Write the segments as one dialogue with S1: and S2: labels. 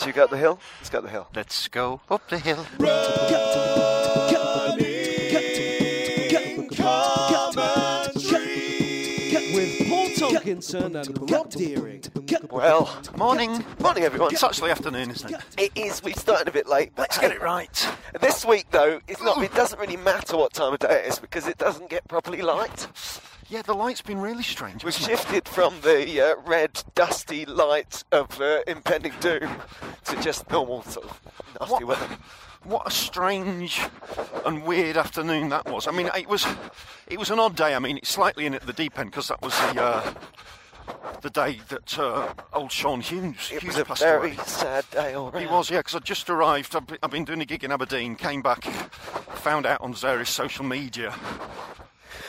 S1: So you go up the hill? Let's go up the hill.
S2: Let's go up the hill.
S3: with Paul Tolkinson and Rob Deering.
S2: Well, morning. Morning, everyone. It's actually afternoon, isn't it?
S1: It is. We've started a bit late, but
S2: Let's get it right.
S1: This week, though, it's not. It doesn't really matter what time of day it is because it doesn't get properly light.
S2: Yeah, the light's been really strange.
S1: We've
S2: hasn't it?
S1: shifted from the uh, red, dusty light of uh, impending doom to just normal sort of nasty
S2: What?
S1: weather.
S2: What a strange and weird afternoon that was. I mean, it was it was an odd day. I mean, it's slightly in at the deep end because that was the uh, the day that uh, old Sean Hughes
S1: It was
S2: Hughes
S1: a
S2: passed
S1: very
S2: away.
S1: sad day already.
S2: He was, yeah, because I just arrived. I've been- I've been doing a gig in Aberdeen, came back, found out on various social media.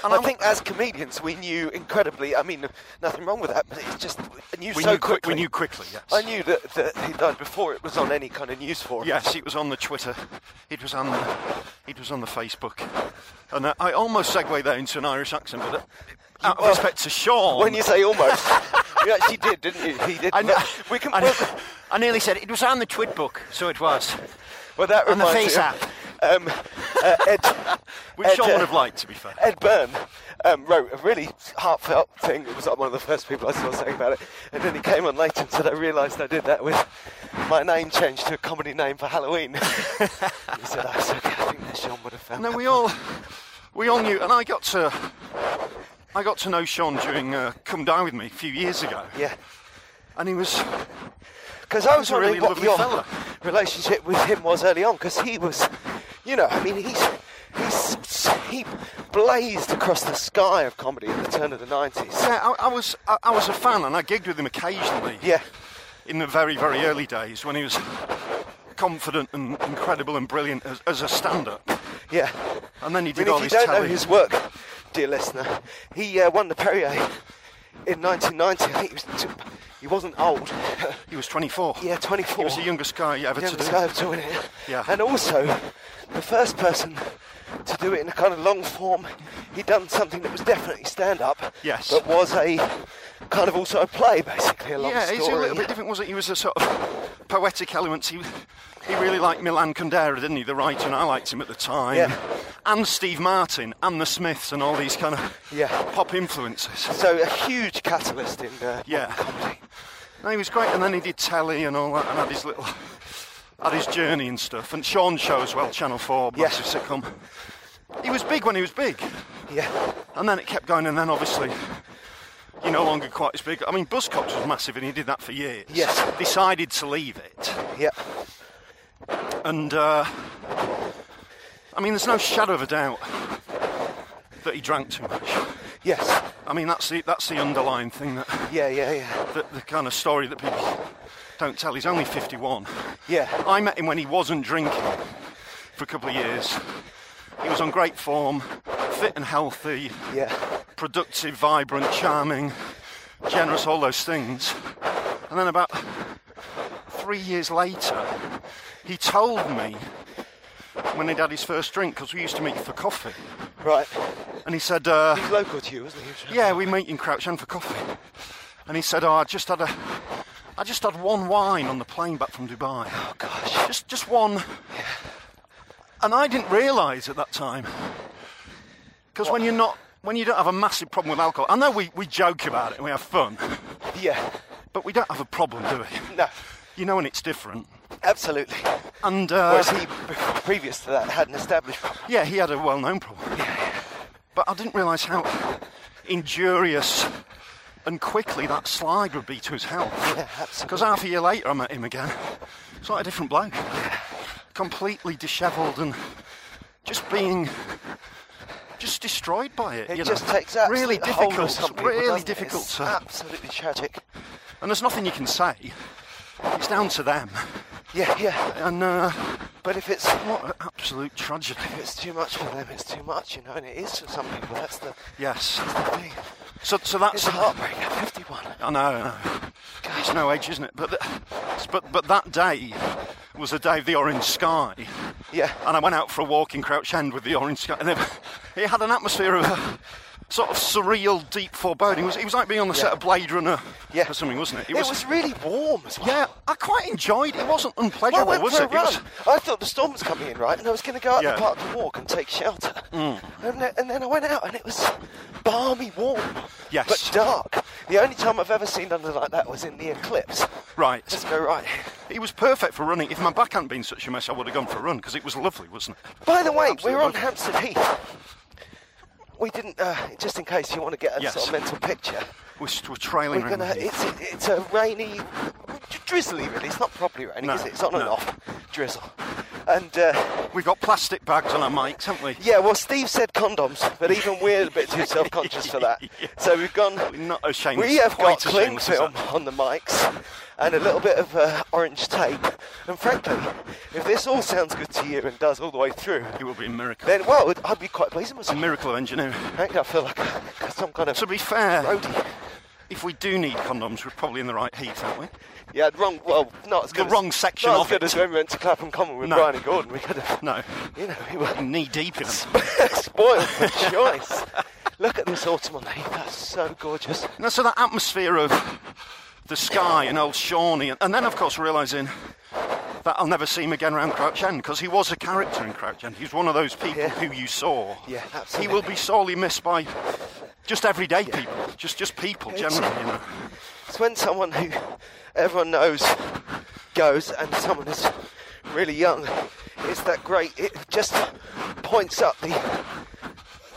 S2: And
S1: I
S2: I'm-
S1: think as comedians, we knew incredibly. I mean, nothing wrong with that, but it's just I knew
S2: we
S1: so
S2: knew quick,
S1: quickly.
S2: we knew quickly. Yes.
S1: I knew that, that he died before it was on any kind of news forum.
S2: Yes, it was on the Twitter. It was on the, it was on the Facebook. And I, I almost segue there into an Irish accent, but uh, out of
S1: well,
S2: respect to Sean,
S1: When you say almost, you actually did, didn't you? He did.
S2: I, kn-
S1: we can.
S2: I,
S1: well,
S2: kn- I nearly said it was on the Twit book, so it was.
S1: well, that
S2: on the
S1: reminds
S2: Face
S1: me
S2: app.
S1: of, Um, uh, Ed,
S2: Which
S1: Ed,
S2: Sean
S1: uh,
S2: would have liked, to be fair.
S1: Ed Byrne um, wrote a really heartfelt thing. It was like one of the first people I saw saying about it. And then he came on later and said, "I realised I did that with my name changed to a comedy name for Halloween." he said, "I so glad I think that Sean would have found."
S2: No,
S1: that
S2: we all, we all knew, and I got to, I got to know Sean during uh, "Come Down with Me" a few years ago,
S1: Yeah,
S2: and he was
S1: because I was
S2: a really
S1: wondering what
S2: lovely
S1: your
S2: fella.
S1: relationship with him was early on, because he was, you know, I mean, he's, he's he blazed across the sky of comedy at the turn of the nineties.
S2: Yeah, I, I was I, I was a fan, and I gigged with him occasionally.
S1: Yeah.
S2: in the very very early days when he was confident and incredible and brilliant as, as a stand-up,
S1: Yeah.
S2: and then he
S1: I mean,
S2: did all
S1: if you
S2: his
S1: don't know
S2: telly.
S1: his work, dear listener, he uh, won the Perrier in 1990. I think he was t- he wasn't old.
S2: He was 24.
S1: yeah, 24.
S2: He was the youngest guy ever
S1: Yeah,
S2: to
S1: this
S2: do.
S1: guy was doing it.
S2: Yeah.
S1: And also, the first person to do it in a kind of long form, he'd done something that was definitely stand up.
S2: Yes.
S1: But was a kind of also a play, basically, a long
S2: Yeah,
S1: story.
S2: he's a little bit different, wasn't he? He was a sort of poetic elements. He he really liked Milan Kundera, didn't he? The writer, and I liked him at the time.
S1: Yeah.
S2: And Steve Martin and the Smiths and all these kind of
S1: Yeah.
S2: pop influences.
S1: So, a huge catalyst in uh,
S2: Yeah.
S1: comedy.
S2: No, he was great, and then he did telly and all that, and had his little, had his journey and stuff, and Sean show as well, Channel Four,
S1: Yeah.
S2: massive sitcom. He was big when he was big,
S1: Yeah.
S2: and then it kept going, and then obviously, you're no longer quite as big. I mean, Buzzcocks was massive, and he did that for years.
S1: Yes.
S2: Decided to leave it,
S1: Yeah.
S2: and uh, I mean, there's no shadow of a doubt that he drank too much.
S1: Yes.
S2: I mean, that's the that's the underlying thing that,
S1: Yeah, yeah, yeah.
S2: that the kind of story that people don't tell. He's only 51.
S1: Yeah.
S2: I met him when he wasn't drinking for a couple of years. He was on great form, fit and healthy,
S1: Yeah.
S2: productive, vibrant, charming, generous, all those things. And then about three years later, he told me when he'd had his first drink, because we used to meet for coffee,
S1: Right.
S2: and he said, uh,
S1: He's local to you, isn't he?
S2: Yeah, we meet in Crouch End for coffee. and he said, "Oh, I just had a, I just had one wine on the plane back from Dubai. Oh gosh, just just one." And I didn't realise at that time, because when you're not, when you don't have a massive problem with alcohol, I know we, we joke about it and we have fun,
S1: Yeah.
S2: but we don't have a problem, do we?
S1: No.
S2: You know when it's different.
S1: Absolutely.
S2: And uh,
S1: Whereas he, pre- previous to that, had an established problem.
S2: Yeah, he had a well-known problem. But I didn't realise how injurious and quickly that slide would be to his health. Because half a year later, I met him again. It's like a different bloke, completely dishevelled and just being just destroyed by it.
S1: It
S2: you know.
S1: just takes absolute
S2: really
S1: hold of
S2: difficult,
S1: some people, doesn't
S2: really
S1: it?
S2: difficult.
S1: It's
S2: to-
S1: absolutely tragic.
S2: and there's nothing you can say. It's down to them.
S1: Yeah, yeah.
S2: And uh,
S1: But if it's
S2: what an absolute tragedy!
S1: if it's too much for them, it's too much, you know. And it is for some people. That's the
S2: Yes.
S1: thing.
S2: So, so that's
S1: It's a heartbreaker. Fifty-one.
S2: I know, I know. It's no age, isn't it? But, th- but, but that day was the day of the orange sky.
S1: Yeah.
S2: And I went out for a walk in Crouch End with the orange sky. And it, it had an atmosphere of uh, sort of surreal, deep foreboding. It was, it was like being on the set of Blade Runner
S1: Yeah.
S2: or something, wasn't it?
S1: It was, really warm as well.
S2: Yeah, I quite enjoyed it. It wasn't
S1: Well, I
S2: unpleasurable,
S1: went
S2: was
S1: for a
S2: it? It
S1: run.
S2: was-
S1: I thought the storm was coming in, right? And I was going to go out
S2: Yeah. Mm.
S1: the park to walk and take shelter. And, then, and then I went out and it was balmy warm.
S2: Yes.
S1: But dark. The only time I've ever seen nothing like that was in the eclipse.
S2: Right.
S1: Let's go right.
S2: It was perfect for running. If my back hadn't been such a mess, I would have gone for a run because it was lovely, wasn't it?
S1: By the way,
S2: Absolutely
S1: we're on
S2: lovely.
S1: Hampstead Heath. We didn't, uh, just in case you want to get a
S2: Yes.
S1: sort of mental picture.
S2: We're, st- we're trailing
S1: We're gonna.
S2: around.
S1: It's it's a rainy, drizzly really. It's not properly raining,
S2: No,
S1: is it? It's on and
S2: no.
S1: off drizzle. And uh,
S2: We've got plastic bags on our mics, haven't we?
S1: yeah, well, Steve said condoms, but even we're a bit too self-conscious for that.
S2: Yeah.
S1: So we've gone.
S2: We're not ashamed.
S1: We have got
S2: Quite
S1: cling
S2: ashamed, is
S1: film
S2: that?
S1: on the mics and a little bit of uh, orange tape. And frankly, if this all sounds good to you and does all the way through,
S2: It will be a miracle.
S1: then well, I'd be quite pleased with
S2: a
S1: myself.
S2: miracle of engineering.
S1: Frankly, I feel like I'm some kind of
S2: To be fair,
S1: roadie.
S2: if we do need condoms, we're probably in the right heat, aren't we?
S1: Yeah, wrong. Well, not as
S2: The
S1: good. as-
S2: wrong section
S1: Not
S2: of
S1: as good
S2: it.
S1: as when we went to Clapham Common with
S2: No.
S1: Brian and Gordon. We could have.
S2: No.
S1: You know, we were
S2: Knee deep in them.
S1: spoiled for choice. Look at this autumn on the heath. That's so gorgeous.
S2: No, so that atmosphere of the sky and old Shawnee, and, and then of course realizing that I'll never see him again around Crouch End because he was a character in Crouch End. He was one of those people
S1: Yeah.
S2: who you saw.
S1: Yeah,
S2: He will
S1: absolutely.
S2: be sorely missed by just everyday people, just just people
S1: It's-
S2: generally. You know.
S1: It's when someone who everyone knows goes, and someone is really young. It's that great. It just points up the.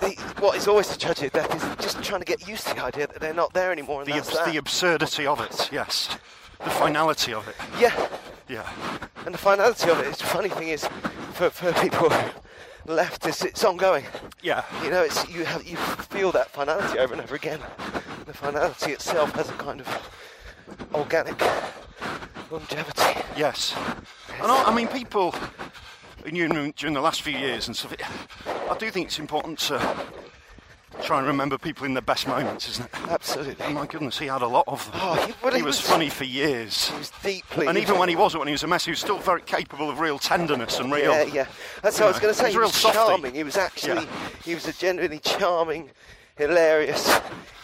S1: The, what is always a tragedy of death is just trying to get used to the idea that they're not there anymore. And
S2: The,
S1: that's
S2: abs-
S1: that.
S2: the absurdity of it, yes. The finality of it,
S1: yeah,
S2: yeah.
S1: And the finality of it is the funny thing is, for, for people left, is it's ongoing.
S2: Yeah.
S1: You know, it's you have you feel that finality over and over again. The finality itself has a kind of organic longevity.
S2: Yes. And I, I mean, people who knew me during the last few years and stuff, it, I do think it's important to try and remember people in their best moments, isn't it? Oh,
S1: Absolutely.
S2: My goodness, he had a lot of them.
S1: Oh, he- well, he
S2: was
S1: was-
S2: funny for years.
S1: It was deeply.
S2: And even when he wasn't, when he was a mess, he was still very capable of real tenderness and real.
S1: Yeah, yeah. That's
S2: you
S1: what I was
S2: know,
S1: going to say.
S2: he's
S1: He
S2: real
S1: was
S2: softy.
S1: charming. He was actually, he was a genuinely charming, hilarious,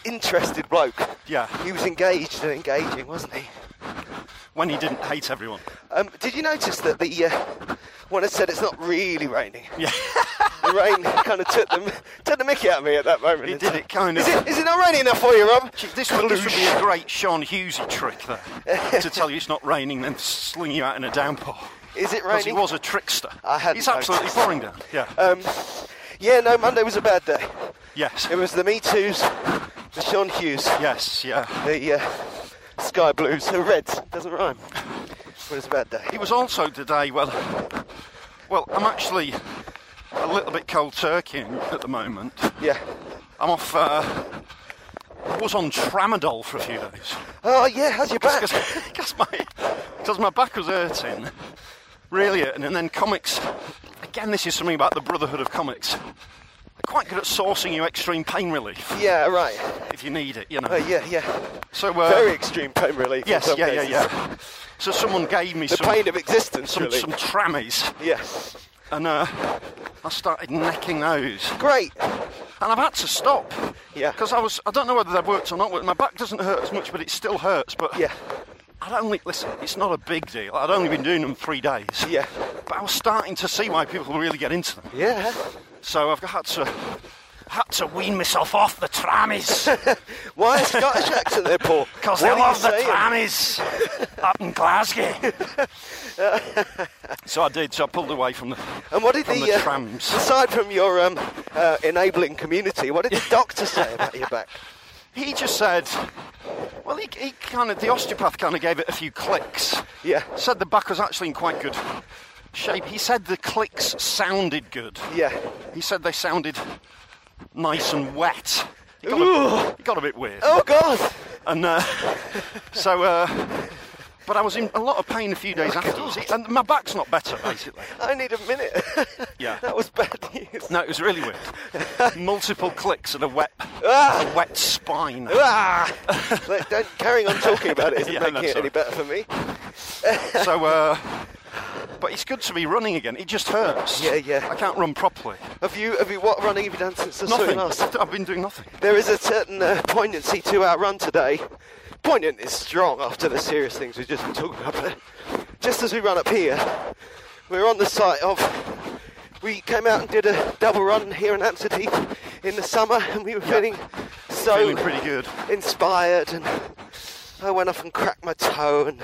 S1: interested bloke.
S2: Yeah.
S1: He was engaged and engaging, wasn't he?
S2: When he didn't hate everyone.
S1: Um, did you notice that the uh, when I said it's not really raining,
S2: Yeah.
S1: the rain kind of took the took the Mickey out of me at that moment.
S2: It did, it kind
S1: Is
S2: of-
S1: it is it not raining enough for you, Rob?
S2: Gee, This would, this would be a great Sean Hughesy trick there to tell you it's not raining, then sling you out in a downpour.
S1: Is it
S2: Because he
S1: raining?
S2: was a trickster.
S1: I hadn't
S2: He's absolutely
S1: noticed.
S2: pouring down. Yeah.
S1: Um, yeah, no, Monday was a bad day.
S2: yes.
S1: It was the Me Too's, the Sean Hughes,
S2: Yes. Yeah.
S1: the uh, Sky Blues, the Reds. Doesn't rhyme. But it's a bad day.
S2: It was also today. Well, well, I'm actually a little bit cold turkeying at the moment.
S1: Yeah.
S2: I'm off. Uh, was on tramadol for a few days
S1: Oh yeah, how's your back?
S2: because my because my back was hurting, really hurting. And then comics. Again, this is something about the brotherhood of comics. They're quite good at sourcing you extreme pain relief
S1: Yeah, right.
S2: if you need it. You know.
S1: Oh yeah, yeah.
S2: So uh,
S1: Very extreme pain relief. in
S2: yes,
S1: some
S2: yeah,
S1: cases.
S2: yeah, yeah. So someone gave me
S1: The
S2: some
S1: pain of existence,
S2: some,
S1: really.
S2: some trammies.
S1: Yeah.
S2: and uh, I started necking those.
S1: Great.
S2: and I've had to stop.
S1: Yeah.
S2: Because I was, I don't know whether that worked or not. but My back doesn't hurt as much, but it still hurts. But
S1: Yeah.
S2: I'd only listen. It's not a big deal. I'd only been doing them three days.
S1: Yeah.
S2: But I was starting to see why people really get into them.
S1: Yeah.
S2: So I've had to, had to wean myself off the trammies.
S1: Why a Scottish accent there, Paul?
S2: Because
S1: What
S2: they
S1: are you
S2: love the
S1: saying?
S2: trammies up in Glasgow. so I did, so I pulled away from the,
S1: And what did
S2: from
S1: the,
S2: the,
S1: uh,
S2: trams.
S1: Aside from your um, uh, enabling community, what did the doctor say about your back?
S2: He just said, well, he, he kind of, the osteopath kind of gave it a few clicks.
S1: Yeah.
S2: Said the back was actually in quite good shape. He said the clicks sounded good.
S1: Yeah.
S2: He said they sounded nice and wet. It got, a, it got a bit weird.
S1: Oh God!
S2: And uh, so, uh, but I was in a lot of pain a few days afterwards, and my back's not better basically.
S1: I need a minute.
S2: Yeah.
S1: that was bad news.
S2: No, it was really weird. Multiple clicks and a wet, a wet spine.
S1: Ah! Like, don't, carrying on talking about it isn't
S2: Yeah,
S1: making
S2: no,
S1: it any
S2: sorry.
S1: better for me.
S2: So, uh, but it's good to be running again. It just hurts.
S1: Yeah, yeah.
S2: I can't run properly.
S1: Have you? Have you? What running have you done since the
S2: Nothing.
S1: last?
S2: I've been doing nothing.
S1: There is a certain uh, poignancy to our run today. Poignant is strong after the serious things we've just been talking about. But just as we run up here, we're on the site of. We came out and did a double run here in Amsterdam in the summer, and we were feeling so
S2: Feeling pretty good.
S1: inspired. And I went off and cracked my toe, and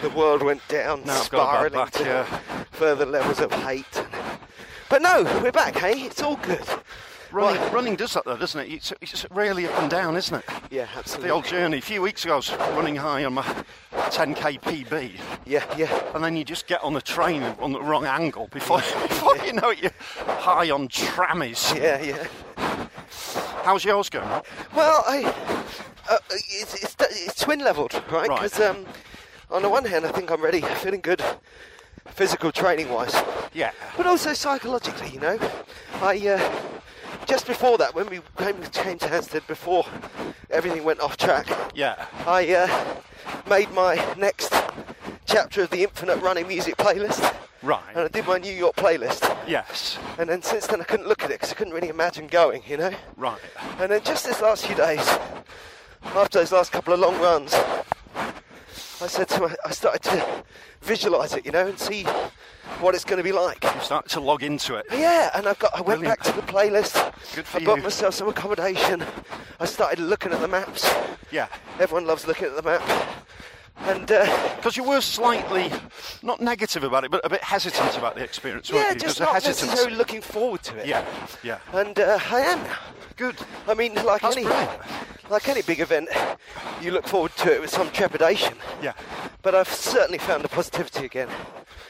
S1: the world went down,
S2: Now I've got a
S1: spiraling
S2: bad back,
S1: to
S2: yeah.
S1: further levels of hate. But no, we're back, hey? It's all good.
S2: Running,
S1: Right.
S2: running does that though, doesn't it? It's, it's really up and down, isn't it?
S1: Yeah,
S2: The
S1: absolutely.
S2: old journey. A few weeks ago, I was running high on my 10k PB,
S1: Yeah, yeah.
S2: and then you just get on the train on the wrong angle before, before you know it, you're high on trammies.
S1: Yeah, yeah.
S2: How's yours going? mate?
S1: Well, I, uh, it's, it's, it's twin levelled, right?
S2: Right.
S1: Because um, on the one hand, I think I'm ready, feeling good, physical training wise,
S2: Yeah.
S1: but also psychologically, you know. I uh, just before that, when we came, came to Hampstead, before everything went off track,
S2: Yeah.
S1: I uh, made my next chapter of the Infinite Running Music playlist,
S2: Right.
S1: and I did my New York playlist.
S2: yes.
S1: And then since then, I couldn't look at it because I couldn't really imagine going, you know?
S2: Right.
S1: And then just this last few days, after those last couple of long runs, I said to my, I started to visualise it, you know, and see what it's going to be like.
S2: You start to log into it.
S1: Yeah, and I've got. I went
S2: Brilliant.
S1: back to the playlist.
S2: Good for
S1: I bought
S2: you.
S1: myself some accommodation. I started looking at the maps.
S2: Yeah.
S1: Everyone loves looking at the map. And uh,
S2: Because you were slightly, not negative about it, but a bit hesitant about the experience, weren't
S1: yeah,
S2: you?
S1: just
S2: There's a
S1: not
S2: hesitance.
S1: necessarily looking forward to it.
S2: Yeah. Yeah.
S1: And uh, I am now.
S2: Good.
S1: I mean, like
S2: That's
S1: any
S2: brilliant.
S1: like any big event, you look forward to it with some trepidation.
S2: Yeah.
S1: But I've certainly found the positivity again.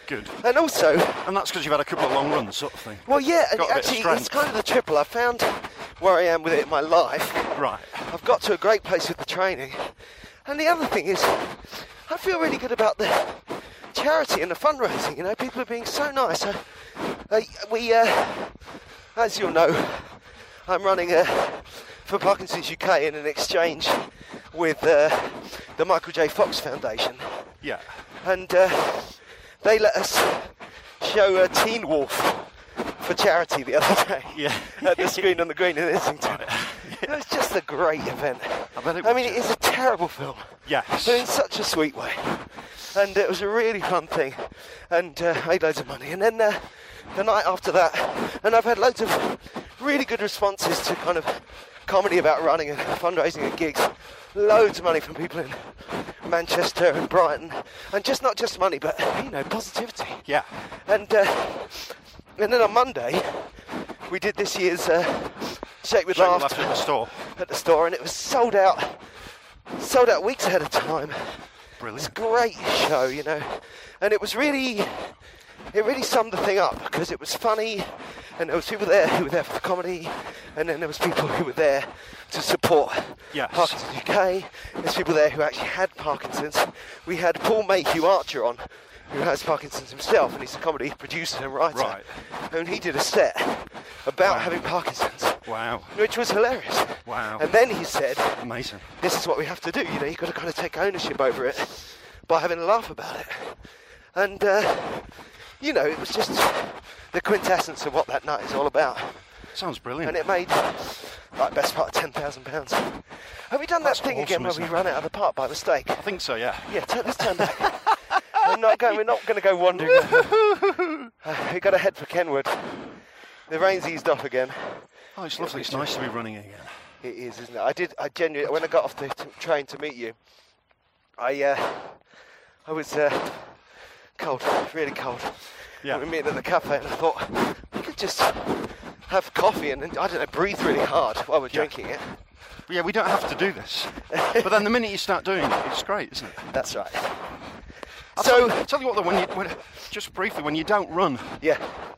S2: Good.
S1: And also,
S2: And that's because you've had a couple of long runs, sort of thing.
S1: well, yeah, and
S2: Got a bit of
S1: actually, it's
S2: strength.
S1: kind of the triple. I found where I am with it in my life.
S2: Right.
S1: I've got to a great place with the training. And the other thing is, I feel really good about the charity and the fundraising. You know, people are being so nice. I, I, we, uh, as you'll know, I'm running a, for Parkinson's UK in an exchange with uh, the Michael J. Fox Foundation.
S2: Yeah.
S1: And uh, they let us show a Teen Wolf for charity the other day
S2: Yeah.
S1: at the screen on the green in Islington. It was just a great event.
S2: I bet it
S1: I
S2: was,
S1: mean, it
S2: yeah.
S1: is a terrible film,
S2: Yes.
S1: but in such a sweet way. And it was a really fun thing, and uh, made loads of money. And then uh, the night after that, and I've had loads of really good responses to kind of comedy about running and fundraising and gigs. Loads of money from people in Manchester and Brighton, and just not just money, but you know, positivity.
S2: Yeah.
S1: And uh, and then on Monday, we did this year's uh, Shake with
S2: Shake your
S1: Laughter
S2: laughter at the store.
S1: at the store, and it was sold out, sold out weeks ahead of time.
S2: Brilliant.
S1: Great show, you know, and it was really, it really summed the thing up because it was funny, and there was people there who were there for the comedy, and then there was people who were there to support
S2: Yes.
S1: Parkinson's UK. There's people there who actually had Parkinson's. We had Paul Mayhew Archer on. Who has Parkinson's himself, and he's a comedy producer and writer.
S2: Right.
S1: And he did a set about
S2: Wow.
S1: having Parkinson's
S2: Wow.
S1: which was hilarious.
S2: Wow.
S1: And then he said,
S2: Amazing.
S1: "This is what we have to do. You know, you've got to kind of take ownership over it by having a laugh about it." And uh, you know, it was just the quintessence of what that night is all about.
S2: Sounds brilliant.
S1: and it made like best part ten thousand pounds. Have we done
S2: That's
S1: that thing
S2: awesome,
S1: again where
S2: isn't
S1: we
S2: it?
S1: ran out of the park by mistake?
S2: I think so, yeah.
S1: Yeah, turn, let's turn back. we're not going. We're not going to go wandering. around. uh, we got to head for Kenwood. The rain's eased off again.
S2: Oh, it's lovely. It's nice to be running again.
S1: It is, isn't it? I did. I genuinely, when I got off the t- train to meet you, I, uh, I was uh, cold, really cold.
S2: Yeah.
S1: And we met at the cafe, and I thought we could just have coffee and, and I don't know, breathe really hard while we're drinking it.
S2: But yeah, we don't have to do this. but then the minute you start doing it, it's great, isn't it?
S1: That's right.
S2: I'll
S1: So-
S2: tell, I'll tell you what, though, when you when, just briefly, when you don't run,
S1: Yeah.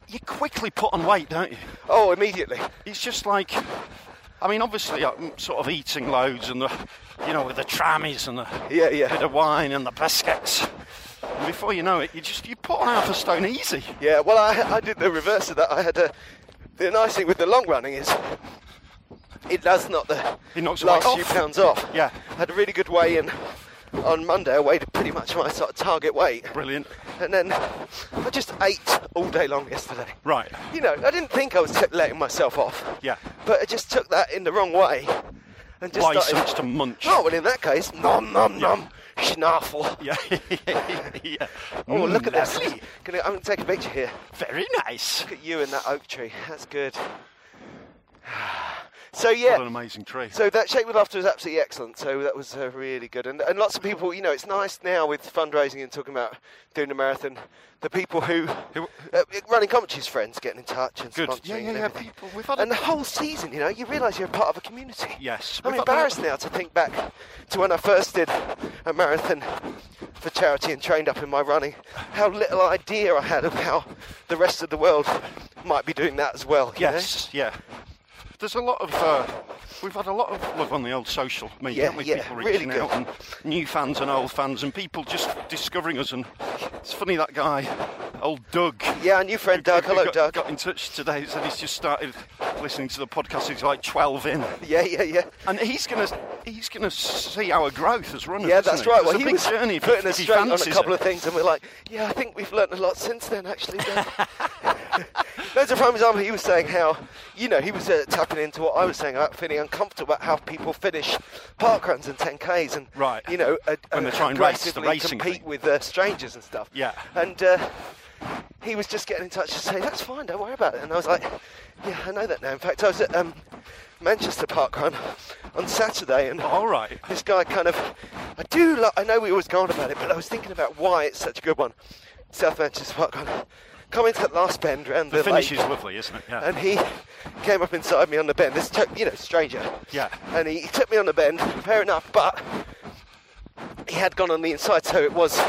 S2: you quickly put on weight, don't you?
S1: Oh, immediately.
S2: It's just like, I mean, obviously, I'm sort of eating loads and the, you know, with the trammies and the
S1: Yeah, yeah.
S2: bit of wine and the biscuits. And before you know it, you just you put on half a stone easy.
S1: Yeah. Well, I, I did the reverse of that. I had a. The nice thing with the long running is it does knock the
S2: It knocks the
S1: last
S2: weight
S1: few
S2: off.
S1: pounds off.
S2: Yeah.
S1: I had a really good weigh in on Monday. I weighed pretty much my sort of target weight.
S2: Brilliant.
S1: And then I just ate all day long yesterday.
S2: Right.
S1: You know, I didn't think I was t- letting myself off.
S2: Yeah.
S1: But I just took that in the wrong way and just
S2: License
S1: started.
S2: to munch.
S1: Oh, well, in that case, nom nom
S2: Yeah.
S1: nom, schnaffle.
S2: Yeah. yeah.
S1: Oh, look at
S2: this.
S1: that. Gonna, I'm going to take a picture here.
S2: Very nice.
S1: Look at you and that oak tree. That's good. So, yeah.
S2: What an amazing tree.
S1: So that Shape with Laughter was absolutely excellent. So that was uh, really good. And, and lots of people, you know, it's nice now with fundraising and talking about doing the marathon, the people who,
S2: Who-
S1: uh, running commentaries, friends getting in touch and
S2: Good.
S1: sponsoring
S2: Yeah, yeah,
S1: and
S2: yeah,
S1: everything.
S2: people- we've had a-
S1: and the whole season, you know, you realise you're a part of a community.
S2: Yes,
S1: I'm
S2: we've had a-
S1: embarrassed now to think back to when I first did a marathon for charity and trained up in my running, how little idea I had of how the rest of the world might be doing that as well. you know?
S2: Yes, yeah. There's a lot of uh, we've had a lot of love on the old social media,
S1: Yeah,
S2: haven't we?
S1: yeah,
S2: people
S1: really
S2: reaching out
S1: good.
S2: and new fans and old fans and people just discovering us. And it's funny that guy, old Doug.
S1: Yeah, our new friend Doug.
S2: who
S1: Hello,
S2: got,
S1: Doug.
S2: Got in touch today. Said he's just started listening to the podcast. He's like 12 in,
S1: Yeah, yeah, yeah.
S2: and he's gonna he's gonna see our growth as runners.
S1: Yeah,
S2: isn't
S1: that's
S2: he?
S1: right.
S2: It's
S1: Well,
S2: a
S1: he
S2: big
S1: was
S2: journey if he-
S1: putting
S2: if
S1: us
S2: he
S1: straight on a
S2: fancies
S1: couple
S2: it.
S1: of things, and we're like, yeah, I think we've learnt a lot since then, actually. Doug." Loads of prime example, he was saying how, you know, he was uh, tapping into what I was saying about feeling uncomfortable about how people finish park runs and 10Ks and,
S2: Right.
S1: you know, uh,
S2: When
S1: uh,
S2: they try and race the
S1: aggressively
S2: racing
S1: compete
S2: thing.
S1: with uh, strangers and stuff.
S2: Yeah.
S1: And uh, he was just getting in touch to say, that's fine, don't worry about it. And I was like, yeah, I know that now. In fact, I was at um, Manchester Park Run on Saturday and
S2: All right.
S1: this guy kind of I do lo- I know we always go on about it, but I was thinking about why it's such a good one. South Manchester Park on come into that last bend round the,
S2: The finish
S1: lake,
S2: is lovely, isn't it? Yeah.
S1: and he came up inside me on the bend. This took you know, stranger.
S2: Yeah.
S1: And he, he took me on the bend, fair enough, but he had gone on the inside, so it was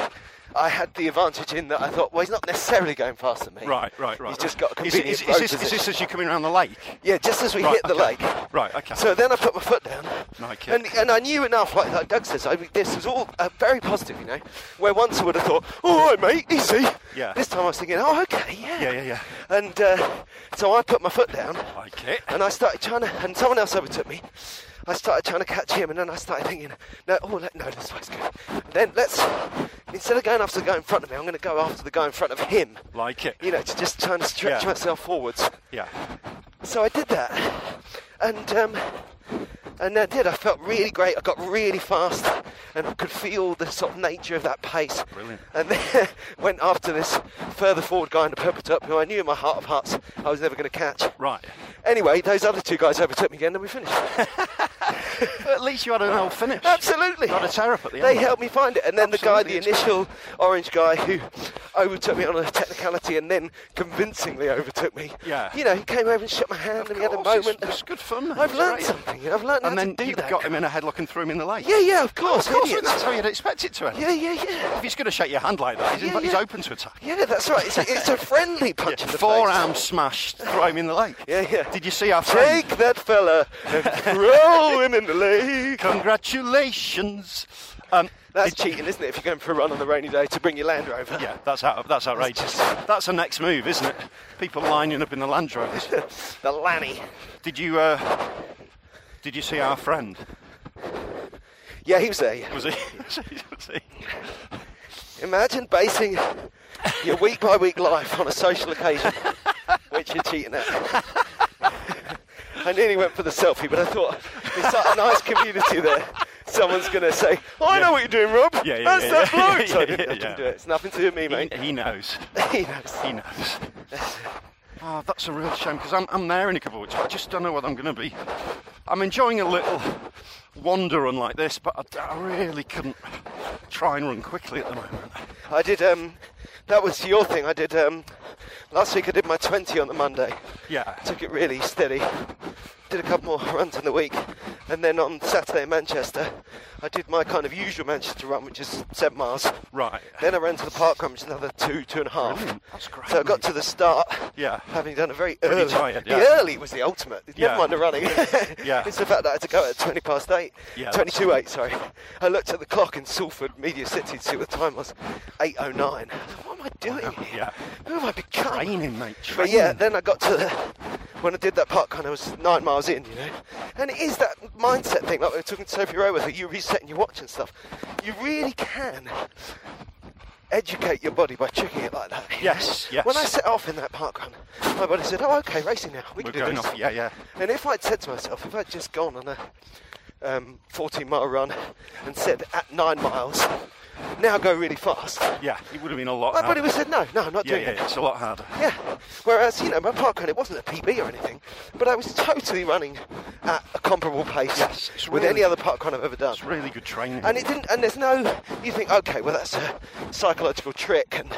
S1: I had the advantage in that I thought, well, he's not necessarily going faster than me.
S2: Right, right, right.
S1: He's just got a
S2: Is, it-
S1: convenient
S2: is,
S1: road
S2: is, this, is
S1: position.
S2: this as you're coming around the lake?
S1: Yeah, just as we
S2: Right,
S1: hit the
S2: okay.
S1: lake.
S2: Right, okay.
S1: So then I put my foot down.
S2: Right, kid.
S1: and, and I knew enough, like, like Doug says, I, this was all uh, very positive, you know. Where once I would have thought, all right, mate, easy.
S2: Yeah.
S1: This time I was thinking, oh, okay, yeah.
S2: Yeah, yeah, yeah.
S1: And uh, so I put my foot down
S2: Like it.
S1: and I started trying to, and someone else overtook me. I started trying to catch him, and then I started thinking, no, oh, let, no, this way's good. Then let's, instead of going after the guy in front of me, I'm going to go after the guy in front of him.
S2: Like it.
S1: You know, to just trying to stretch
S2: Yeah.
S1: myself forwards.
S2: Yeah.
S1: So I did that, and um, and I did. I felt really great. I got really fast, and I could feel the sort of nature of that pace.
S2: Brilliant.
S1: And then went after this further forward guy in the purple top, who I knew in my heart of hearts I was never going to catch.
S2: Right.
S1: Anyway, those other two guys overtook me again, and we finished.
S2: At least you had an old finish.
S1: Absolutely.
S2: Not a tear up at the
S1: They
S2: end.
S1: helped me find it, and then
S2: Absolutely,
S1: the guy, the initial orange guy who overtook me on a technicality, and then convincingly overtook me.
S2: Yeah.
S1: You know, he came over and shook my hand, and we had a
S2: course, it's-
S1: moment.
S2: it's good fun, mate.
S1: I've
S2: It's
S1: learned
S2: great.
S1: something. I've learned
S2: And
S1: how
S2: then
S1: to do
S2: you
S1: that.
S2: got him in a headlock and threw him in the lake.
S1: Yeah, yeah, of course.
S2: Of course,
S1: idiots.
S2: that's how you'd expect it to end.
S1: Yeah, yeah, yeah.
S2: If he's going to shake your hand like that, he's,
S1: Yeah,
S2: he's
S1: yeah.
S2: open to attack.
S1: Yeah, that's right. It's, it's a friendly punch in the face.
S2: Forearm smash, throw him in the lake.
S1: Yeah, yeah.
S2: Did you see our friend?
S1: Take that fella and throw him in the lake.
S2: Congratulations. Um,
S1: That's
S2: it-
S1: cheating, isn't it? If you're going for a run on the rainy day to bring your Land Rover.
S2: Yeah, that's out, that's outrageous. That's the next move, isn't it? People lining up in the Land Rovers.
S1: The Lanny.
S2: Did you uh, did you see our friend?
S1: Yeah, he was there. yeah.
S2: Was he? was he- was he-
S1: Imagine basing your week by week life on a social occasion, which you're cheating at. I nearly went for the selfie, but I thought it's such a nice community there. Someone's going to say, oh, I know what you're doing, Rob.
S2: Yeah, yeah,
S1: That's
S2: yeah,
S1: that
S2: yeah,
S1: bloke.
S2: yeah,
S1: so I didn't,
S2: yeah,
S1: I didn't
S2: yeah.
S1: do it. It's nothing to do with me, mate.
S2: He knows.
S1: he knows.
S2: He knows. Oh, that's a real shame because I'm, I'm there in a couple of weeks, but I just don't know what I'm going to be. I'm enjoying a little wander run like this, but I d- I, really couldn't try and run quickly at the moment.
S1: I did, um, that was your thing. I did, um, last week I did my 20 on the Monday.
S2: Yeah.
S1: Took it really steady. Did a couple more runs in the week. And then on Saturday in Manchester, I did my kind of usual Manchester run, which is seven miles.
S2: Right.
S1: Then I ran to the park run, which is another two, two and a half.
S2: Brilliant. That's great,
S1: So I got to the start,
S2: Yeah.
S1: having done a very
S2: Pretty
S1: early.
S2: tired, yeah.
S1: The early was the ultimate.
S2: Yeah.
S1: Never mind the running.
S2: Yeah.
S1: it's the fact that I had to go at 20 past eight,
S2: Yeah,
S1: 22 eight. Sorry. I looked at the clock in Salford Media City to see what the time was. 8:09. I thought, What am I doing? here?
S2: Yeah.
S1: Who am I becoming?
S2: Training, mate.
S1: But
S2: Training.
S1: yeah, then I got to the, when I did that park run, I was nine miles in, you know. And it is that mindset thing, like we were talking to Sophie Rowe with that you resetting your watch and stuff. You really can educate your body by tricking it like that.
S2: Yes, yes.
S1: When I set off in that park run, my body said, "Oh, okay, racing now. We
S2: We're
S1: can do
S2: going
S1: this."
S2: off. Yeah, yeah.
S1: And if I'd said to myself, if I'd just gone on a um, 14 mile run and said at nine miles, now go really fast,
S2: Yeah, it would have been a lot
S1: my
S2: harder.
S1: body would have said, "No, no, I'm not
S2: yeah,
S1: doing
S2: yeah,
S1: it."
S2: it's a lot harder.
S1: Yeah. Whereas, you know, my park run, it wasn't a PB or anything, but I was totally running at a comparable pace
S2: Yes, it's
S1: with
S2: really-
S1: any other park run I've ever done.
S2: It's really good training.
S1: And it didn't. And there's no. You think, okay, well that's a psychological trick, and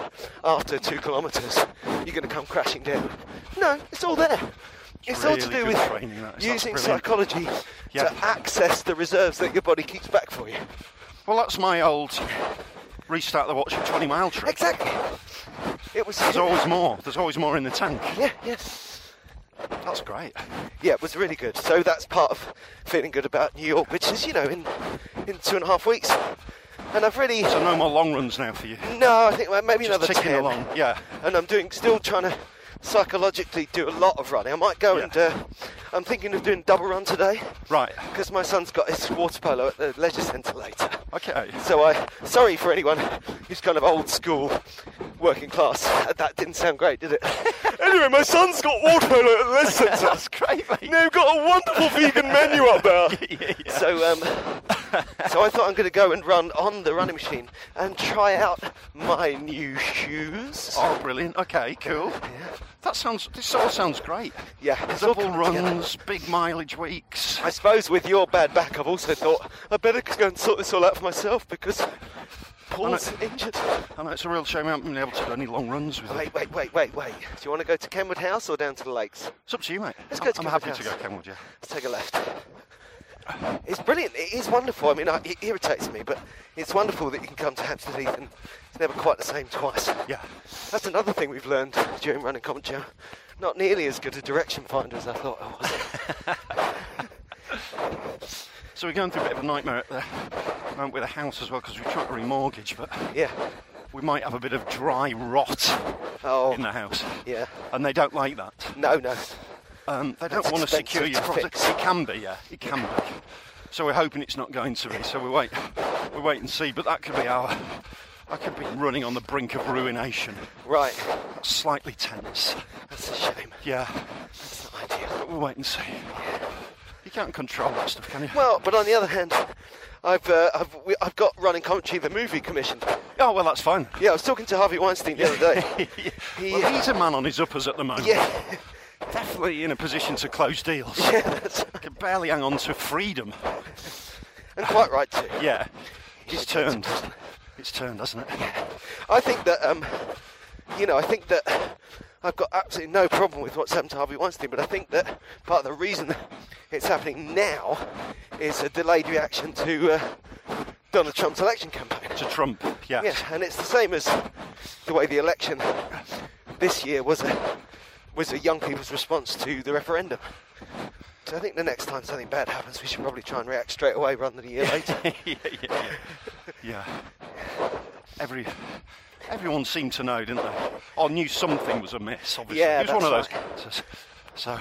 S1: after two kilometres, you're going to come crashing down. No, it's all there. It's, all to
S2: really
S1: do
S2: good
S1: with
S2: training, that is. That's
S1: using
S2: brilliant.
S1: psychology
S2: Yeah.
S1: to access the reserves that your body keeps back for you.
S2: Well, that's my old restart the watch at 20 mile trick.
S1: Exactly. It was.
S2: There's always more. There's always more in the tank.
S1: Yeah. Yes.
S2: That's great.
S1: yeah, it was really good. So that's part of feeling good about New York, which is you know in in two and a half weeks, and I've really
S2: So no more long runs now for you.
S1: no, I think well, maybe
S2: Just
S1: another
S2: ticking
S1: ten.
S2: along. Yeah.
S1: And I'm doing still trying to psychologically do a lot of running. I might go
S2: Yeah.
S1: and uh, I'm thinking of doing double run today
S2: Right.
S1: because my son's got his water polo at the leisure centre later.
S2: Okay.
S1: So I sorry for anyone who's kind of old school, working class. That didn't sound great, did it? anyway, my son's got water polo at the leisure centre.
S2: That's great, mate.
S1: They've got a wonderful vegan menu up there. So, um, so I thought I'm going to go and run on the running machine and try out my new shoes.
S2: Oh, brilliant. Okay, cool. That sounds. This all sounds great.
S1: Yeah, it's all
S2: Double
S1: coming together.
S2: runs, big mileage weeks.
S1: I suppose with your bad back, I've also thought I better go and sort this all out for myself because Paul's
S2: I
S1: injured.
S2: I know it's a real shame I haven't been able to do any long runs with it.
S1: Wait, wait, wait, wait, wait. Do you want to go to Kenwood House or down to the lakes?
S2: It's up to you, mate.
S1: Let's
S2: I'm,
S1: go to
S2: I'm
S1: Kenwood
S2: happy to go
S1: House.
S2: Kenwood, yeah.
S1: Let's take a left. It's brilliant. It is wonderful. I mean, I, it irritates me, but it's wonderful that you can come to Hampstead Heath and it's never quite the same twice.
S2: Yeah.
S1: That's another thing we've learned during running commentary. I'm Not nearly as good a direction finder as I thought I was.
S2: So we're going through a bit of a nightmare at the moment with a house as well because we're trying to remortgage, but
S1: yeah.
S2: we might have a bit of dry rot
S1: Oh.
S2: in the house.
S1: Yeah.
S2: And they don't like that.
S1: No, no.
S2: Um, they
S1: That's
S2: don't want to secure your
S1: expensive to
S2: product.
S1: fix.
S2: It can be, yeah, it can be. So we're hoping it's not going to be. So we wait, we wait and see. But that could be our. I could be running on the brink of ruination.
S1: Right.
S2: That's slightly tense.
S1: That's a shame.
S2: Yeah,
S1: That's not ideal.
S2: but we'll wait and see. You can't control that stuff, can you?
S1: Well, but on the other hand, I've uh, I've, we, I've got running commentary the movie commissioned.
S2: oh well, that's fine.
S1: Yeah, I was talking to Harvey Weinstein the other day. He- uh,
S2: Well, he's a man on his uppers at the moment.
S1: yeah.
S2: definitely in a position to close deals.
S1: Yeah, that's,
S2: Can barely hang on to freedom.
S1: and quite right too.
S2: Yeah, it's turned. It's turned, hasn't it?
S1: I think that, um, you know, I think that I've got absolutely no problem with what's happened to Harvey Weinstein, but I think that part of the reason it's happening now is a delayed reaction to uh, Donald Trump's election campaign.
S2: To Trump. Yes.
S1: Yeah, and it's the same as the way the election this year was a was a young people's response to the referendum. So I think the next time something bad happens, we should probably try and react straight away rather than a year later.
S2: yeah, yeah, yeah. Yeah. Every everyone seemed to know, didn't they? Or knew something was amiss. Obviously,
S1: Yeah,
S2: it was one of
S1: that's
S2: those cancers. So,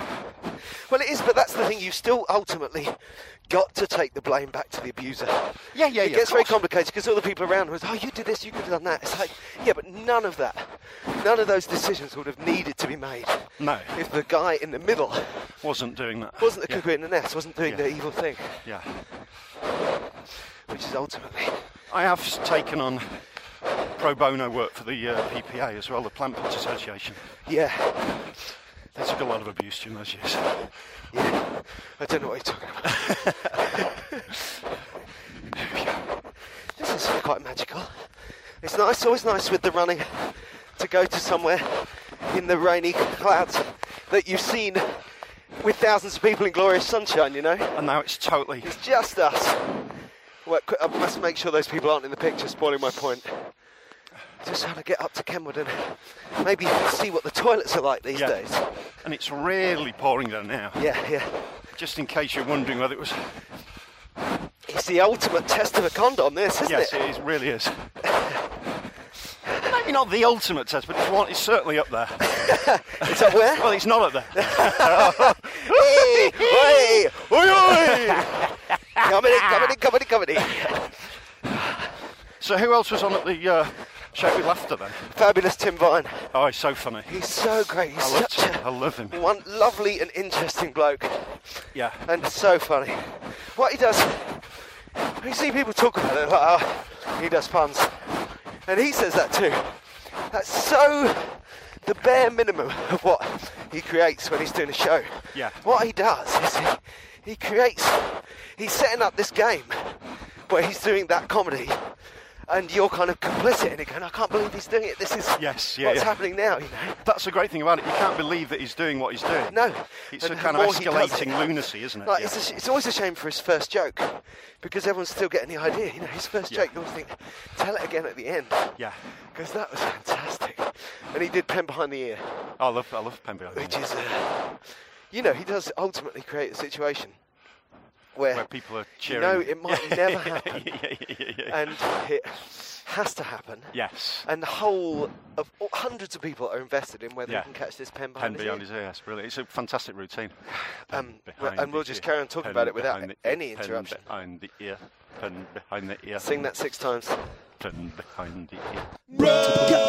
S1: Well, it is, but that's the thing. You've still ultimately got to take the blame back to the abuser.
S2: Yeah, yeah,
S1: It
S2: yeah,
S1: gets
S2: of
S1: very
S2: course.
S1: complicated because all the people around was, oh, you did this, you could have done that. It's like, yeah, but none of that, none of those decisions would have needed to be made
S2: No.
S1: if the guy in the middle
S2: Wasn't doing that.
S1: Wasn't the
S2: yeah.
S1: cuckoo in the nest, wasn't doing
S2: Yeah.
S1: the evil thing,
S2: Yeah.
S1: which is ultimately.
S2: I have s- taken on pro bono work for the uh, PPA as well, the Plant Pot Association.
S1: Yeah,
S2: They took a lot of abuse during those years.
S1: yeah. I don't know what you're talking about. this is quite magical. It's nice, it's always nice with the running to go to somewhere in the rainy clouds that you've seen with thousands of people in glorious sunshine, you know?
S2: And now it's totally.
S1: It's just us. Well, qu- I must make sure those people aren't in the picture, spoiling my point. Just trying to get up to Kenwood and maybe see what the toilets are like these
S2: Yeah.
S1: days.
S2: And it's really pouring down now.
S1: Yeah, yeah.
S2: Just in case you're wondering whether it was.
S1: It's the ultimate test of a condom, this, isn't
S2: Yes,
S1: it?
S2: it is, really is. Maybe not the ultimate test, but it's one. It's certainly up there.
S1: It's up where?
S2: Well, it's not up there.
S1: hey, hey, oi, oi. Comedy, comedy, comedy, comedy.
S2: So who else was on at the uh, Shape with Laughter then?
S1: Fabulous Tim Vine.
S2: Oh, he's so funny.
S1: He's so great. He's
S2: I love
S1: such
S2: Tim. I love him.
S1: a one lovely and interesting bloke.
S2: Yeah.
S1: and so funny. What he does, you see people talk about it, like, oh, he does puns. And he says that too. That's so the bare minimum of what he creates when he's doing a show.
S2: Yeah.
S1: What he does is he, he creates, he's setting up this game where he's doing that comedy. And you're kind of complicit in it, going, I can't believe he's doing it. This is
S2: Yes, yeah,
S1: what's
S2: yeah.
S1: happening now, you know.
S2: That's the great thing about it. You can't believe that he's doing what he's doing.
S1: No.
S2: It's
S1: And
S2: a
S1: the
S2: kind of
S1: more he does it-
S2: escalating lunacy, isn't it?
S1: Like,
S2: Yeah.
S1: it's, a sh- it's always a shame for his first joke because everyone's still getting the idea. You know, his first
S2: Yeah.
S1: joke, you always think, tell it again at the end.
S2: Yeah.
S1: Because that was fantastic. And he did Pen Behind the Ear,
S2: I love, I love Pembrey.
S1: which is, uh, you know, he does ultimately create a situation where,
S2: Where people are
S1: you
S2: cheering.
S1: know it might never happen
S2: yeah, yeah, yeah, yeah.
S1: and it has to happen.
S2: yes.
S1: And the whole of all- hundreds of people are invested in whether
S2: Yeah.
S1: he can catch this pen behind
S2: Pen
S1: his
S2: beyond
S1: ear.
S2: his ears, really. It's a fantastic routine.
S1: Um,
S2: Pen
S1: well,
S2: behind
S1: and we'll
S2: the
S1: just
S2: ear.
S1: carry on talking
S2: Pen
S1: about it without
S2: behind the
S1: any
S2: ear. Pen
S1: interruption.
S2: Behind the ear. Pen behind the ear.
S1: Sing that six times.
S2: Pen behind the ear.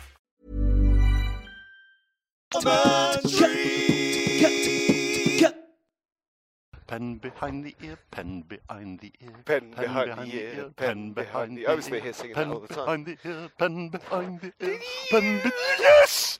S2: Pen behind the ear, pen behind the ear,
S1: Pen behind the ear, pen behind the- I was here singing that
S2: pen
S1: all the time.
S2: behind the ear, pen behind the ear, pen be- yes.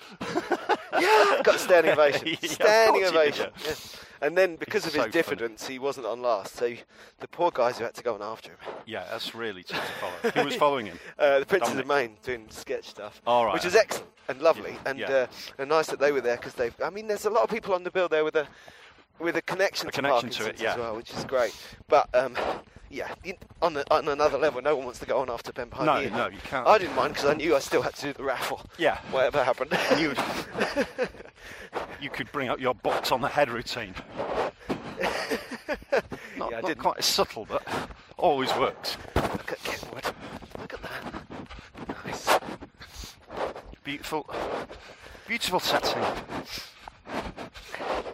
S1: Yeah, got a standing ovation.
S2: Yeah, of
S1: standing
S2: course you did,
S1: ovation.
S2: yeah.
S1: yeah. And then because
S2: It's
S1: of his
S2: so funny.
S1: diffidence, he wasn't on last. So the poor guys who had to go on after him.
S2: Yeah, that's really tough to follow. Who was following him?
S1: Uh, the Princes
S2: Dominic.
S1: of Maine doing sketch stuff,
S2: All right,
S1: which is
S2: okay.
S1: excellent and lovely, and
S2: yeah.
S1: Uh, and nice that they were there because they've. I mean, there's a lot of people on the bill there with a with a connection,
S2: A connection to
S1: Parkinson's
S2: it, yeah.
S1: as well, which is great. But um, yeah, in- on, a, on another level, no one wants to go on after Ben Pine.
S2: No, no, you can't.
S1: I didn't mind because I knew I still had to do the raffle.
S2: Yeah.
S1: whatever happened.
S2: You, you could bring up your box on the head routine. Not,
S1: Yeah, I
S2: not
S1: didn't.
S2: quite as subtle, but always works.
S1: Look at Kenwood. Look at that. Nice.
S2: beautiful, beautiful setting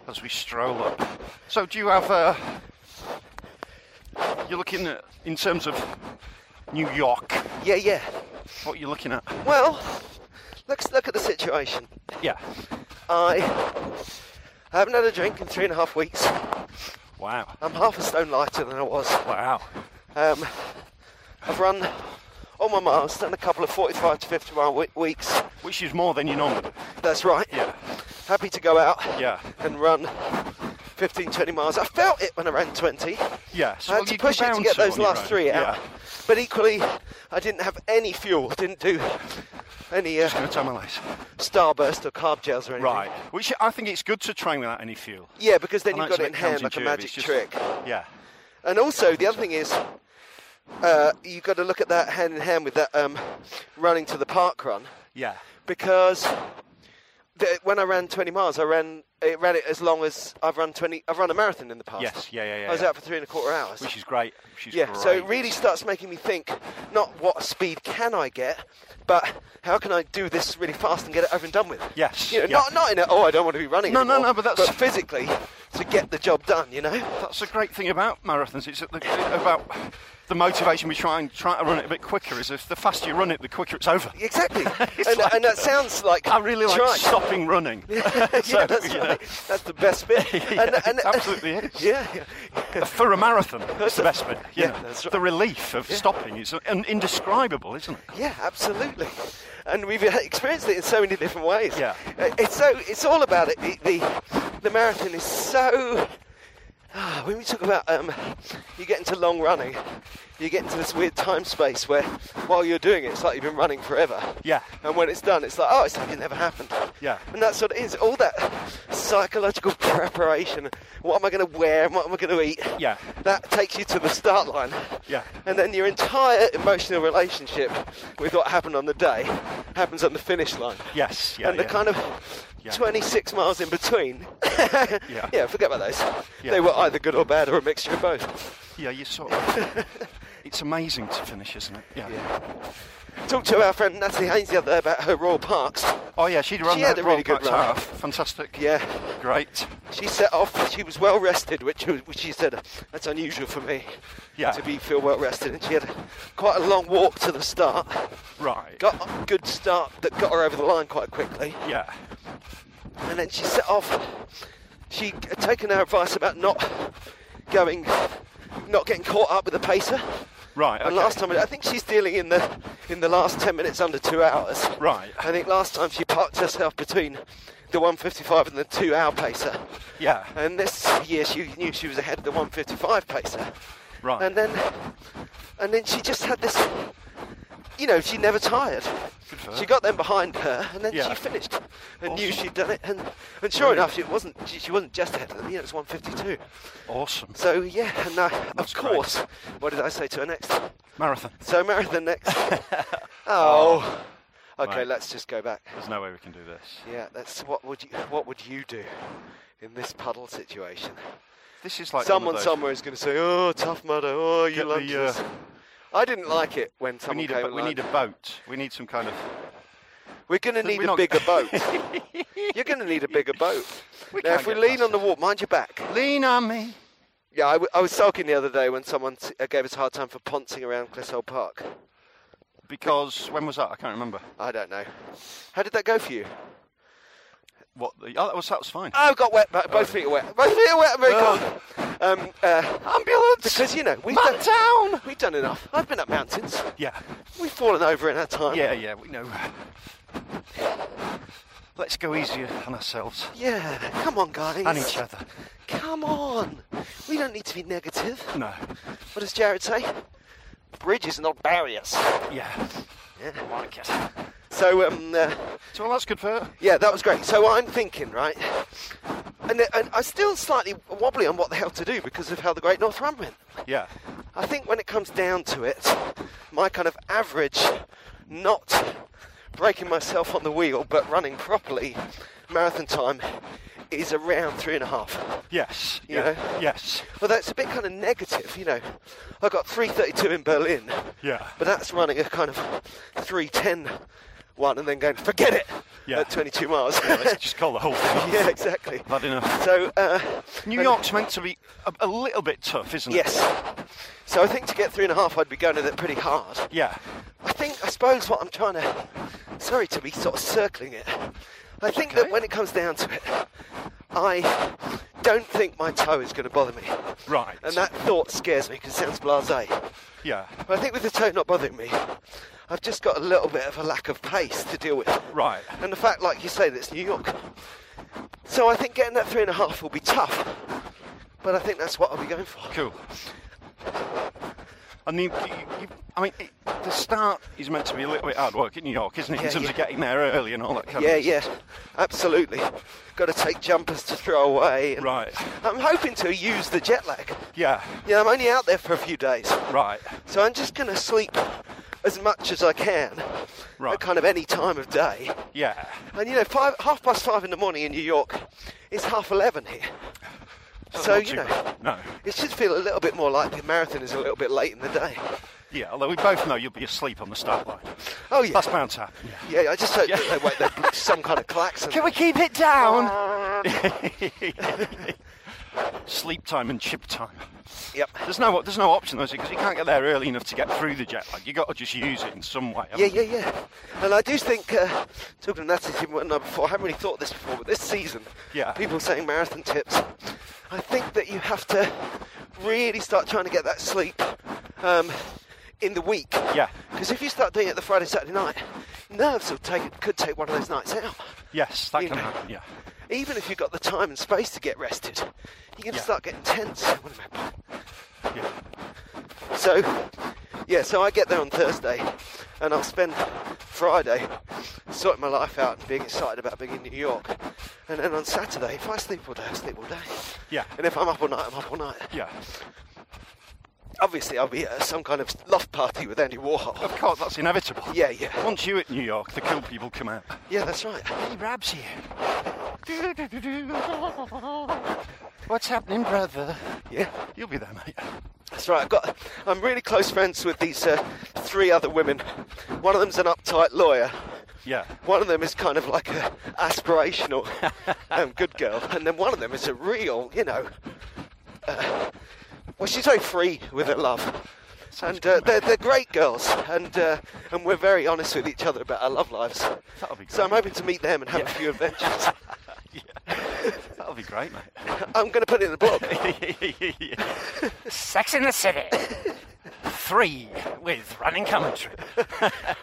S2: as we stroll up. So, do you have? Uh, you're looking at in terms of New York.
S1: Yeah, yeah.
S2: What are you looking at?
S1: Well, let's look at the situation.
S2: Yeah.
S1: I haven't had a drink in three and a half weeks.
S2: Wow.
S1: I'm half a stone lighter than I was.
S2: Wow.
S1: Um, I've run all my miles, done a couple of 45 to 50 mile we- weeks.
S2: Which is more than you normally do.
S1: That's right.
S2: Yeah.
S1: Happy to go out
S2: Yeah.
S1: and run 15, 20 miles. I felt it when I ran 20.
S2: Yeah. So
S1: I had
S2: well,
S1: to
S2: you-
S1: push
S2: you're
S1: it to
S2: bound
S1: get those
S2: on your
S1: last
S2: own.
S1: three out.
S2: Yeah.
S1: But equally, I didn't have any fuel. Didn't do any uh,
S2: Just gonna tie my lace.
S1: starburst or carb gels or anything.
S2: Right. Which I think it's good to train without any fuel.
S1: Yeah, because then
S2: I know
S1: you've got
S2: it's a
S1: it in
S2: bit
S1: hand like a
S2: counterintuitive,
S1: magic
S2: it's just-
S1: trick.
S2: Yeah.
S1: And also, the other thing is, uh, you've got to look at that hand in hand with that um, running to the park run
S2: Yeah.
S1: because the, when I ran 20 miles, I ran it ran it as long as I've run 20. I've run a marathon in the past.
S2: Yes, yeah, yeah, yeah,
S1: I was
S2: yeah.
S1: out for three and a quarter hours.
S2: Which is great. Which is
S1: yeah,
S2: Great.
S1: so it really starts making me think not what speed can I get, but how can I do this really fast and get it over and done with?
S2: Yes,
S1: You know,
S2: yeah.
S1: not not in a oh I don't want to be running.
S2: No, no,
S1: anymore,"
S2: no, but that's-
S1: physically to get the job done. You know.
S2: That's the great thing about marathons. It's the- about the motivation we try and try to run it a bit quicker. Is if the faster you run it, the quicker it's over.
S1: Exactly.
S2: It's
S1: and,
S2: like-
S1: and that sounds like
S2: I really like
S1: trite.
S2: stopping running.
S1: yeah, that's
S2: you
S1: right.
S2: know,
S1: That's the best bit.
S2: Yeah, it absolutely is.
S1: Yeah, yeah.
S2: For a marathon, that's the best bit. you
S1: Yeah,
S2: know.
S1: that's right.
S2: The relief of stopping is un- indescribable, isn't it?
S1: Yeah, absolutely. And we've experienced it in so many different ways.
S2: Yeah.
S1: Uh, It's so it's all about it. The the, the marathon is so ah, when we talk about um, you get into long running, you get into this weird time space where while you're doing it, it's like you've been running forever.
S2: Yeah.
S1: And when it's done, it's like oh, it's like it never happened.
S2: Yeah.
S1: And that's what it is. All that psychological preparation. What am I going to wear? And what am I going to eat?
S2: Yeah.
S1: That takes you to the start line.
S2: Yeah.
S1: And then your entire emotional relationship with what happened on the day happens on the finish line.
S2: Yes. Yeah,
S1: and the
S2: yeah.
S1: kind of
S2: Yeah.
S1: 26 miles in between.
S2: Yeah.
S1: forget about those.
S2: Yeah.
S1: They were either good or bad or a mixture of both.
S2: Yeah, you sort of. it's amazing to finish, isn't it? Yeah.
S1: Talked to our friend Natalie Haynes the other day about her Royal Parks.
S2: Oh yeah, she'd run
S1: She
S2: that
S1: had a really
S2: Royal
S1: good
S2: Parks
S1: run.
S2: half. Fantastic.
S1: Yeah.
S2: Great.
S1: She set off, she was well rested, which, was, which she said, that's unusual for me
S2: Yeah.
S1: to be feel well rested. And she had quite a long walk to the start.
S2: Right.
S1: Got a good start that got her over the line quite quickly.
S2: Yeah.
S1: and then she set off. She had taken our advice about not going, not getting caught up with the pacer.
S2: Right. Okay.
S1: And last time, I think she's dealing in the in the last ten minutes under two hours.
S2: Right.
S1: I think last time she parked herself between the 155 and the two-hour pacer.
S2: Yeah.
S1: And this year she knew she was ahead of the 155 pacer.
S2: Right.
S1: And then, and then she just had this. You know, she never tired.
S2: for her.
S1: She got them behind her, and then
S2: Yeah.
S1: she finished and knew
S2: Awesome.
S1: she'd done it. And, and sure
S2: Brilliant.
S1: enough, it wasn't. She, she wasn't just ahead of them. You know, it was 152.
S2: awesome.
S1: So yeah, and uh, of
S2: That's great.
S1: course, what did I say to her next?
S2: Marathon.
S1: So marathon next. oh. Okay,
S2: Right.
S1: let's just go back.
S2: There's no way we can do this.
S1: Yeah, that's what would you what would you do in this puddle situation?
S2: This is like one of
S1: Someone
S2: those-
S1: somewhere is going to say, "Oh, tough mudder, oh, you
S2: Get the,
S1: lumped us."
S2: uh,
S1: I didn't like it when
S2: We
S1: someone
S2: need,
S1: came.
S2: a, bo- we
S1: along.
S2: need a boat. We need some kind of.
S1: We're going to
S2: We're
S1: need a
S2: not-
S1: bigger boat. You're going to need a bigger boat.
S2: We
S1: now,
S2: can't
S1: if we
S2: get
S1: lean
S2: past
S1: on the
S2: it.
S1: wall, mind your back.
S2: Lean on me.
S1: Yeah, I, w- I was sulking the other day when someone t- uh, gave us a hard time for poncing around Clissold Park.
S2: Because when was that? I can't remember.
S1: I don't know. How did that go for you?
S2: What? The, oh, that was that was fine.
S1: I've got wet. Both feet are wet. Both feet are wet. I'm very
S2: Oh.
S1: cold. Oh. Um, uh,
S2: Ambulance.
S1: because you know we've
S2: Man
S1: done
S2: down.
S1: We've done enough. I've been up mountains.
S2: Yeah.
S1: We've fallen over in our time.
S2: Yeah. Yeah. We know. Let's go easier on ourselves
S1: Yeah. Come on, guys.
S2: and each other.
S1: Come on. We don't need to be negative.
S2: No.
S1: What does Jared say? Bridges, not barriers.
S2: Yeah.
S1: Yeah.
S2: I like it.
S1: So um. Uh,
S2: So well, that's good for her.
S1: Yeah, that was great. So I'm thinking, right, and, uh, and I'm still slightly wobbly on what the hell to do because of how the Great North Run went.
S2: Yeah.
S1: I think when it comes down to it, my kind of average, not breaking myself on the wheel but running properly, marathon time is around three and a half.
S2: Yes.
S1: You
S2: yeah.
S1: know?
S2: Yes.
S1: Well, that's a bit kind of negative, you know. I got 3:32 in Berlin,
S2: Yeah.
S1: but that's running a kind of 3:10 one and then going, forget it
S2: Yeah.
S1: at 22 miles.
S2: Yeah, let's just call the whole thing off.
S1: yeah, exactly.
S2: Bad enough.
S1: So, uh,
S2: New
S1: and-
S2: York's meant to be a, a little bit tough, isn't it?
S1: Yes. So I think to get three and a half, I'd be going at it pretty hard.
S2: Yeah.
S1: I think, I suppose, what I'm trying to. Sorry to be sort of circling it. I think
S2: Okay.
S1: that when it comes down to it, I don't think my toe is going to bother me.
S2: Right.
S1: And that thought scares me because it sounds blase.
S2: Yeah.
S1: But I think with the toe not bothering me, I've just got a little bit of a lack of pace to deal with.
S2: Right.
S1: And the fact, like you say, that it's New York. So I think getting that three and a half will be tough. But I think that's what I'll be going for.
S2: Cool. And you, you, you, I mean, it, the start is meant to be a little bit hard work in New York, isn't it?
S1: Yeah,
S2: in terms
S1: yeah.
S2: of getting there early and all that kind
S1: Yeah,
S2: of
S1: yeah, absolutely. Got to take jumpers to throw away. and
S2: Right.
S1: I'm hoping to use the jet lag.
S2: Yeah.
S1: Yeah, I'm only out there for a few days.
S2: Right.
S1: So I'm just going to sleep as much as I can
S2: Right.
S1: at kind of any time of day.
S2: Yeah.
S1: And you know, five, half past five in the morning in New York is half 11 here.
S2: That's
S1: so,
S2: Oh, not
S1: you
S2: too
S1: know,
S2: bad. No.
S1: it should feel a little bit more like the marathon is a little bit late in the day.
S2: Yeah, although we both know you'll be asleep on the start line.
S1: Oh, yeah.
S2: That's bound to happen.
S1: Yeah, I just hope that they wait there some kind of klaxon.
S2: Can we um, keep it down? Sleep time and chip time.
S1: Yep.
S2: There's no there's no option though, because you can't get there early enough to get through the jet lag. You got to just use it in some way.
S1: Yeah,
S2: haven't
S1: yeah, yeah. And I do think, uh, talking to Natalie one night before, I haven't really thought this before, but this season,
S2: Yeah.
S1: people saying marathon tips, I think that you have to really start trying to get that sleep um, in the week.
S2: Yeah.
S1: Because if you start doing it the Friday, Saturday night, nerves will take, could take one of those nights out.
S2: you? Yes, that
S1: You
S2: can
S1: know.
S2: happen. Yeah.
S1: Even if you've got the time and space to get rested, you're going to
S2: Yeah.
S1: start getting tense. What am I-
S2: Yeah.
S1: So, yeah, so I get there on Thursday and I'll spend Friday sorting my life out and being excited about being in New York. And then on Saturday, if I sleep all day, I sleep all day.
S2: Yeah.
S1: And if I'm up all night, I'm up all night.
S2: Yeah.
S1: Obviously, I'll be at some kind of loft party with Andy Warhol.
S2: Of course, that's inevitable.
S1: Yeah, yeah.
S2: Once you at New York, the cool people come out.
S1: Yeah, that's right.
S2: Hey, Rabs What's happening, brother?
S1: Yeah,
S2: You'll be there, mate.
S1: that's right. I've got, I'm really close friends with these uh, three other women. One of them's an uptight lawyer.
S2: Yeah.
S1: One of them is kind of like a aspirational um, good girl, and then one of them is a real, you know. Uh, well, she's very free with her love, and uh, they're, they're great girls, and uh, and we're very honest with each other about our love lives.
S2: That'll be
S1: So I'm
S2: great.
S1: hoping to meet them and have a few adventures.
S2: That'll be great, mate.
S1: I'm going to put it in the blog.
S2: Sex in the City. Three with running commentary.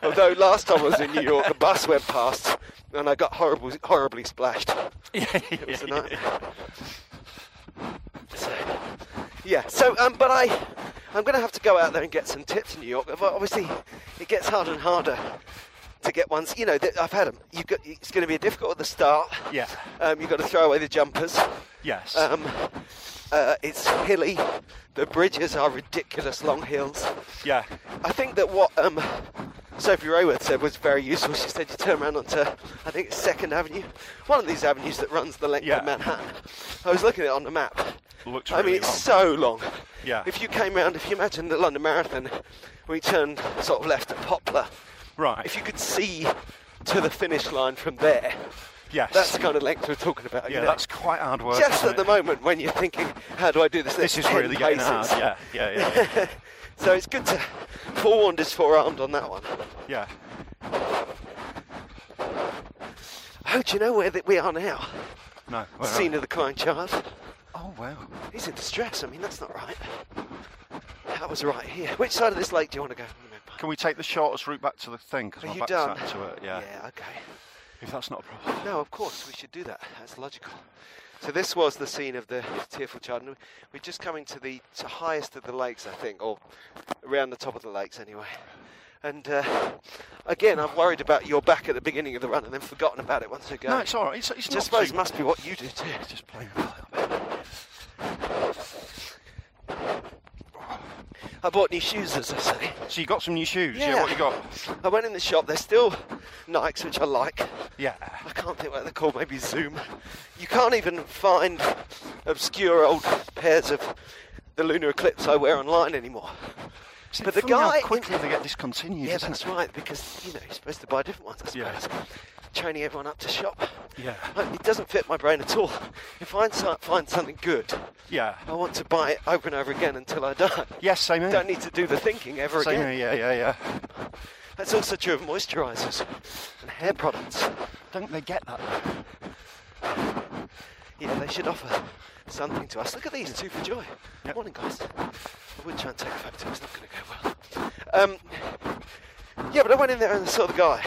S1: Although Oh, last time I was in New York, a bus went past, and I got horrible, horribly splashed. It was a nightmare. Yeah. So, um, but I, I'm going to have to go out there and get some tips in New York. But Obviously, it gets harder and harder to get ones. You know, that I've had them. You got, it's going to be difficult at the start.
S2: Yeah.
S1: Um, you've got to throw away the jumpers.
S2: Yes.
S1: Um, uh, it's hilly. The bridges are ridiculous long hills.
S2: yeah.
S1: I think that what um, Sophie Rayworth said was very useful. She said you turn around onto, I think it's Second Avenue, one of these avenues that runs the length
S2: Yeah.
S1: of Manhattan. I was looking at it on the map.
S2: Looks
S1: I mean,
S2: really
S1: it's
S2: long.
S1: so long.
S2: Yeah.
S1: If you came round, if you imagine the London Marathon, we turned sort of left at Poplar.
S2: Right.
S1: If you could see to the finish line from there,
S2: Yes.
S1: that's the kind of length we're talking about. you
S2: yeah,
S1: know.
S2: that's quite hard work.
S1: Just
S2: isn't
S1: at the
S2: it?
S1: moment when you're thinking, how do I do this?
S2: This
S1: next
S2: is
S1: 10
S2: really getting hard.
S1: paces?
S2: Yeah, yeah, yeah. yeah.
S1: So it's good to forewarned is forearmed on that one.
S2: yeah.
S1: Oh, do you know where that we are now?
S2: No. where are
S1: Scene
S2: we?
S1: of the crying child.
S2: Oh, wow.
S1: He's in distress. I mean, that's not right. That was right here. Which side of this lake do you want to go?
S2: Can we take the shortest route back to the thing? Because
S1: Are
S2: my
S1: you
S2: back's
S1: done?
S2: out to it. Yeah.
S1: Yeah. Okay.
S2: If that's not a problem.
S1: No, of course we should do that. That's logical. So this was the scene of the tearful child. And we're just coming to the to highest of the lakes, I think, or around the top of the lakes, anyway. And uh, again, I'm worried about your back at the beginning of the run, and then forgotten about it once again.
S2: No, it's all right. It's, it's
S1: Which I
S2: not
S1: suppose
S2: too-
S1: must be what you do too.
S2: Just playing a little bit.
S1: I bought new shoes, as I say.
S2: So you got some new shoes. Yeah.
S1: Yeah.
S2: what you got?
S1: I went in the shop. They're still Nikes, which I like.
S2: Yeah.
S1: I can't think what they're called. Maybe Zoom. You can't even find obscure old pairs of the lunar eclipse I wear online anymore.
S2: It's
S1: But the
S2: funny how
S1: guy-
S2: quickly they get discontinued.
S1: Yeah,
S2: isn't
S1: that's
S2: it?
S1: right, because, you know, you're supposed to buy different ones, I suppose.
S2: Yeah.
S1: Training everyone up to shop.
S2: Yeah.
S1: Uh, It doesn't fit my brain at all. If I si- find something good,
S2: Yeah.
S1: I want to buy it over and over again until I die.
S2: Yes, same here.
S1: Don't need to do the thinking ever
S2: Same
S1: again.
S2: here, yeah, yeah, yeah.
S1: That's also true of moisturisers and hair products.
S2: Don't they get that? though?
S1: Yeah, they should offer something to us. Look at these two for joy.
S2: Yep.
S1: Morning, guys. I would try and take a photo. It's not going to go well. Um, yeah, but I went in there and saw the guy,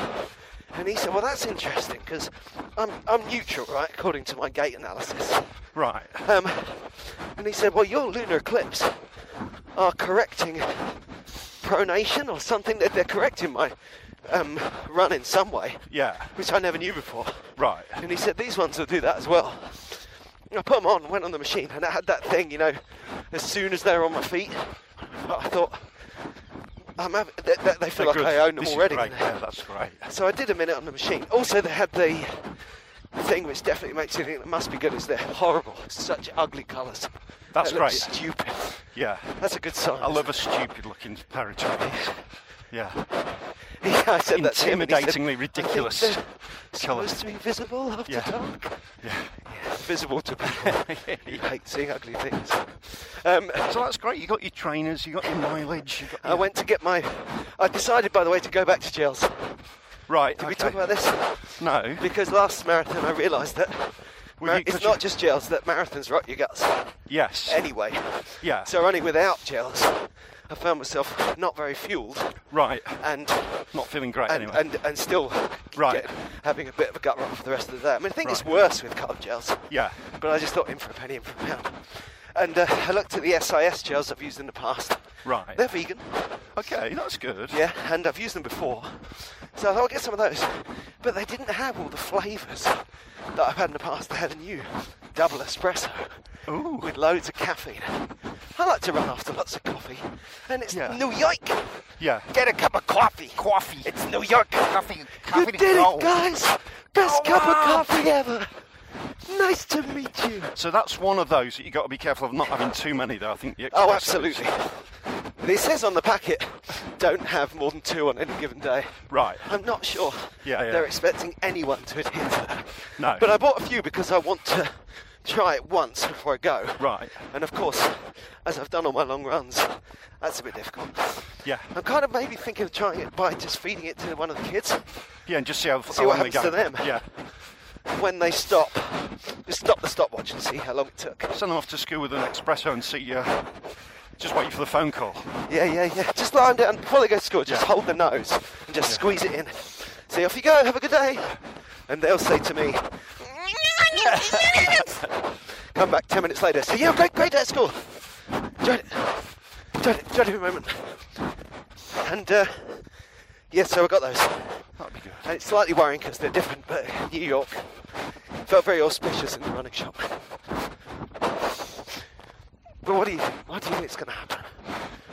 S1: and he said, "Well, that's interesting because I'm I'm neutral, right? According to my gait analysis."
S2: Right.
S1: Um, and he said, Well, your lunar eclipse are correcting pronation or something, that they're correcting my um, run in some way,
S2: Yeah.
S1: which I never knew before.
S2: Right.
S1: And he said, These ones will do that as well. And I put them on, went on the machine, and I had that thing, you know, as soon as they were on my feet, I thought, I'm having, they, they, they feel
S2: They're
S1: like
S2: good.
S1: I own them
S2: This is
S1: already.
S2: great, Yeah, that's great.
S1: So I did a minute on the machine. Also, they had the thing which definitely makes you think it must be good is they're horrible. Such ugly colours.
S2: That's
S1: They look
S2: great.
S1: Stupid.
S2: Yeah.
S1: That's a good sign.
S2: I love a
S1: it.
S2: stupid looking pair of trousers. Yeah.
S1: Yeah, I said that to him and he said,
S2: Intimidatingly
S1: "I think
S2: ridiculous
S1: they're
S2: colours."
S1: Supposed to be visible after
S2: Yeah.
S1: dark.
S2: Yeah.
S1: Yeah, visible to people. you hate seeing ugly things. Um,
S2: So that's great. You got your trainers, you got your mileage. You got
S1: I went to get my. I decided, by the way, to go back to jails. Did
S2: Right.
S1: we
S2: okay.
S1: talk about this?
S2: No.
S1: Because last marathon, I realised that
S2: Well,
S1: mar-
S2: you- 'cause
S1: it's
S2: you-
S1: not just jails that marathons rot your guts.
S2: Yes.
S1: Anyway,
S2: Yeah.
S1: so running without gels, I found myself not very fuelled
S2: Right.
S1: and
S2: Not feeling great
S1: and,
S2: anyway.
S1: and, and still
S2: Right.
S1: having a bit of a gut rot for the rest of the day. I mean, I think it's
S2: Right.
S1: worse with carb gels.
S2: Yeah.
S1: But I just thought in for a penny, in for a pound. And uh, I looked at the SIS gels I've used in the past.
S2: Right.
S1: They're vegan.
S2: Okay, that's good.
S1: Yeah, and I've used them before. So I thought I'll get some of those. But they didn't have all the flavours that I've had in the past. They had a new double espresso
S2: Ooh.
S1: with loads of caffeine. I like to run after lots of coffee. And it's
S2: Yeah.
S1: New York.
S2: Yeah.
S1: Get a cup of coffee.
S2: Coffee.
S1: It's New York.
S2: Coffee- coffee
S1: you
S2: to
S1: did
S2: go.
S1: it, guys. Best
S2: Go
S1: cup of
S2: on.
S1: coffee ever. Nice to meet you.
S2: So that's one of those that you've got to be careful of not having too many, though. I think. the
S1: Oh,
S2: espressos.
S1: absolutely. It says on the packet, don't have more than two on any given day.
S2: Right.
S1: I'm not sure
S2: Yeah, yeah.
S1: they're expecting anyone to adhere to that.
S2: No.
S1: But I bought a few because I want to try it once before I go.
S2: Right.
S1: And of course, as I've done all my long runs, that's a bit difficult.
S2: Yeah.
S1: I'm kind of maybe thinking of trying it by just feeding it to one of the kids.
S2: Yeah, and just see how
S1: See what
S2: how long they
S1: happens
S2: go.
S1: to them.
S2: Yeah.
S1: When they stop, just stop the stopwatch and see how long it took.
S2: Send them off to school with an espresso and see. Uh, just wait for the phone call.
S1: Yeah, yeah, yeah. Just lie down before they go to school. Just
S2: Yeah.
S1: hold the nose and just squeeze it in. Say off you go. Have a good day. And they'll say to me, "Come back ten minutes later." Say, "Yeah, great, great day at school. Enjoyed it. Enjoyed it. Enjoyed every moment." And uh, yeah, so I got those.
S2: That'd be good.
S1: And it's slightly worrying because they're different, but New York felt very auspicious in the running shop. But what do you, what do you think is going to happen?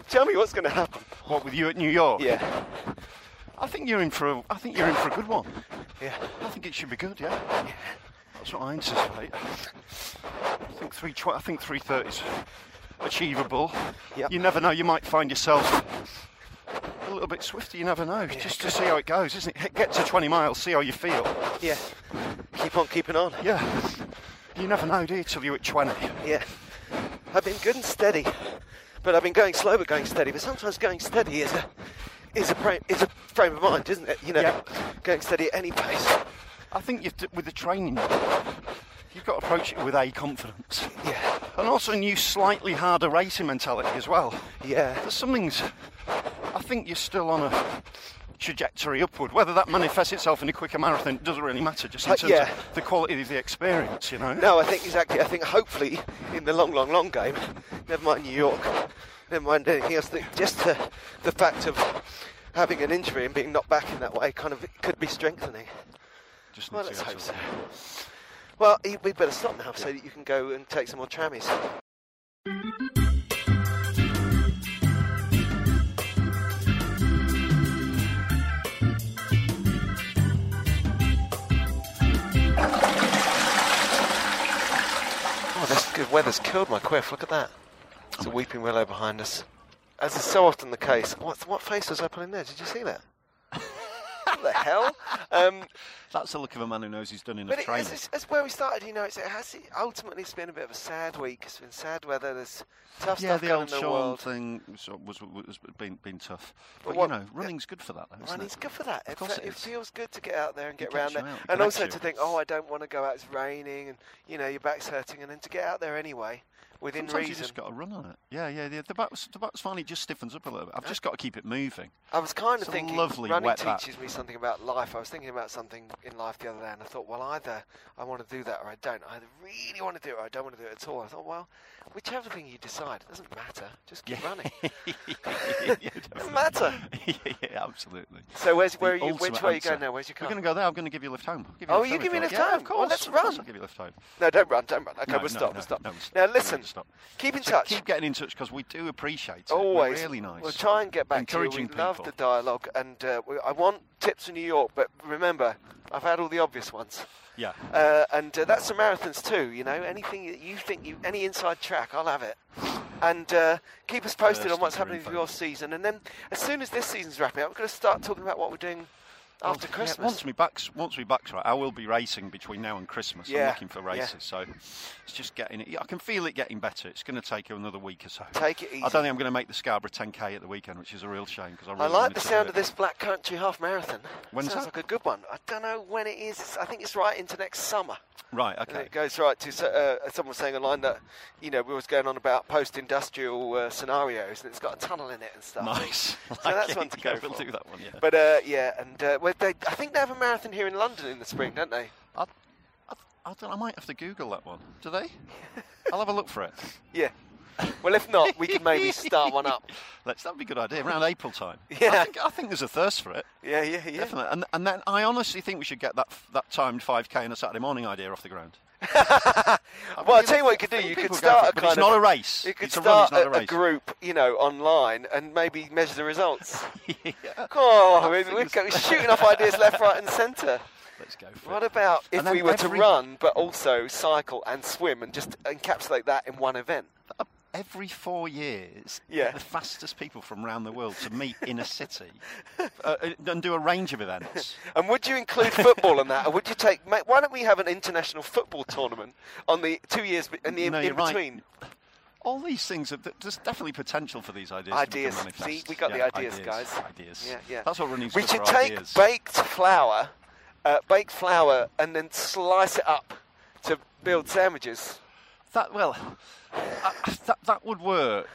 S1: Tell me what's going to happen.
S2: What with you at New York?
S1: Yeah,
S2: I think you're in for. A, I think you're in for a good one.
S1: yeah.
S2: I think it should be good. Yeah. That's what I anticipate. I think three. Tw- I think three thirty is achievable.
S1: Yep.
S2: You never know. You might find yourself a little bit swifter. You never know. Just to see how it goes, isn't it? Get to twenty miles, see how you feel.
S1: Yeah. Keep on keeping on.
S2: Yeah. You never know, do you, till you're at 20?
S1: Yeah. I've been good and steady, but I've been going slow but going steady. But sometimes going steady is a is a frame, is a frame of mind, isn't it? You know,
S2: Yeah.
S1: going steady at any pace.
S2: I think you've d- with the training, you've got to approach it with a confidence.
S1: Yeah.
S2: And also a new, slightly harder racing mentality as well.
S1: Yeah.
S2: There's something's. I think you're still on a trajectory upward. Whether that manifests itself in a quicker marathon doesn't really matter, just in
S1: Uh,
S2: terms
S1: yeah.
S2: of the quality of the experience, you know?
S1: No, I think exactly. I think hopefully in the long, long, long game, never mind New York, never mind anything else. that- Just the, the fact of having an injury and being knocked back in that way kind of could be strengthening.
S2: Just
S1: Well,
S2: need
S1: let's
S2: to go
S1: hope
S2: to-
S1: so. Well, y- we'd better stop now so that you can go and take some more trammies. Oh, this good weather's killed my quiff. Look at that. It's a weeping willow behind us. as is so often the case, what, what face was I putting there? Did you see that? what the hell? Um,
S2: That's the look of a man who knows he's done enough
S1: but it,
S2: training.
S1: it's, it's, it's where we started, you know. It's, it has ultimately it's been a bit of a sad week. It's been sad weather. There's tough
S2: yeah,
S1: stuff
S2: the
S1: going
S2: old
S1: on in the
S2: Sean
S1: world.
S2: thing was was, was, was been, been tough,
S1: But
S2: but,
S1: what-
S2: you know, running's good for that. Though, isn't
S1: Running's
S2: it?
S1: good for that.
S2: Of
S1: It,
S2: course
S1: fe-
S2: it
S1: it
S2: is.
S1: feels good to get out there and
S2: It
S1: get around
S2: gets you
S1: there.
S2: out, it
S1: And
S2: connects
S1: also
S2: you.
S1: to think, oh, I don't want to go out, it's raining, and, you know, your back's hurting, and then to get out there anyway, within
S2: Sometimes you
S1: reason.
S2: just got to run on it. Yeah, yeah, yeah. The back's, the back's finally just stiffens up a little bit. I've just got to keep it moving.
S1: I was kind
S2: It's
S1: of
S2: a
S1: thinking
S2: lovely
S1: running
S2: wet back.
S1: teaches me something about life. I was thinking about something in life the other day, and I thought, well, either I want to do that or I don't. I either really want to do it or I don't want to do it at all. I thought, well, whichever thing you decide, it doesn't matter. Just keep running.
S2: yeah,
S1: doesn't matter.
S2: yeah, yeah, absolutely.
S1: So where's
S2: The
S1: where are you? Which
S2: ultimate
S1: way are you
S2: answer.
S1: going now? Where's your car?
S2: We're going to go there. I'm going to give you a lift home. I'll Give you a
S1: Oh,
S2: lift
S1: you
S2: home
S1: give
S2: if
S1: me a
S2: like.
S1: lift
S2: Yeah,
S1: home.
S2: Of
S1: Well,
S2: course.
S1: let's
S2: of course
S1: run.
S2: I'll give you a lift home.
S1: No, don't run, don't run. Okay,
S2: No,
S1: we'll
S2: no,
S1: stop,
S2: no,
S1: we'll stop.
S2: no, we'll stop.
S1: Now
S2: No, we'll
S1: listen,
S2: stop.
S1: keep in
S2: So
S1: touch.
S2: Keep getting in touch because we do appreciate it. We're
S1: Always.
S2: really nice.
S1: We'll try and get back
S2: Encouraging
S1: to you. We love
S2: people.
S1: the dialogue, and uh, we, I want tips in New York, but remember, I've had all the obvious ones.
S2: Yeah.
S1: Uh, and uh, that's the marathons too, you know. Anything that you think, you, any inside track, I'll have it. And uh, keep us posted
S2: Thirsty
S1: on what's
S2: for
S1: happening
S2: info.
S1: with your season. And then, as soon as this season's wrapping up, we're going to start talking about what we're doing after
S2: Well, Oh, yeah,
S1: Christmas.
S2: once we backs, once we backs right, I will be racing between now and Christmas.
S1: Yeah,
S2: I'm looking for
S1: yeah.
S2: races, so it's just getting it. I can feel it getting better. It's going to take another week or so.
S1: Take it
S2: I
S1: easy.
S2: don't think I'm going to make the Scarborough 10k at the weekend, which is a real shame because I, really
S1: I like
S2: wanted
S1: the
S2: to do
S1: sound
S2: it.
S1: of this Black Country Half Marathon.
S2: When's
S1: Sounds
S2: that?
S1: like a good one. I don't know when it is. It's- I think it's right into next summer.
S2: Right,
S1: And
S2: okay.
S1: it goes right to so- uh, someone was saying online that you know we was going on about post-industrial uh, scenarios and it's got a tunnel in it and stuff.
S2: Nice.
S1: So
S2: Like
S1: that's
S2: it.
S1: one to go
S2: Yeah, we'll
S1: for.
S2: do that one, yeah.
S1: But uh, yeah, and uh, well, they, I think they have a marathon here in London in the spring, don't they?
S2: I, I, I, don't, I might have to Google that one. Do they? I'll have a look for it.
S1: Yeah. Well, if not, we can maybe start one up.
S2: Let's. That'd be a good idea. Around April time. I
S1: Yeah.
S2: think, I think there's a thirst for it.
S1: Yeah, yeah, yeah.
S2: Definitely. And, and then I honestly think we should get that f- that timed 5k on a Saturday morning idea off the ground.
S1: well, I'll tell you what you could do.
S2: think
S1: You could
S2: people go for
S1: start
S2: it,
S1: a
S2: but
S1: kind
S2: it's
S1: of-
S2: not a race.
S1: You could
S2: It's a run, it's
S1: start
S2: not a
S1: a,
S2: race.
S1: group, you know, online and maybe measure the results.
S2: yeah.
S1: Oh,
S2: I
S1: we're,
S2: think
S1: we're
S2: it's-
S1: go- shooting off ideas left, right, and centre.
S2: Let's go for
S1: What
S2: it.
S1: about
S2: And
S1: if
S2: then
S1: we were
S2: every-
S1: to run, but also cycle and swim, and just encapsulate that in one event?
S2: Every four years,
S1: Yeah.
S2: the fastest people from around the world to meet in a city uh, and do a range of events.
S1: And would you include football in that? Or would you take? ma- Why don't we have an international football tournament on the two years be- in the in,
S2: No,
S1: in
S2: you're right.
S1: between?
S2: All these things, are, there's definitely potential for these ideas.
S1: Ideas.
S2: To become
S1: See,
S2: manifest.
S1: we got
S2: Yeah,
S1: the ideas, guys.
S2: Ideas.
S1: Yeah, yeah.
S2: That's what running's
S1: We
S2: good
S1: should
S2: for,
S1: take
S2: ideas.
S1: baked flour, uh, baked flour, and then slice it up to build sandwiches.
S2: That well, I- that that would work.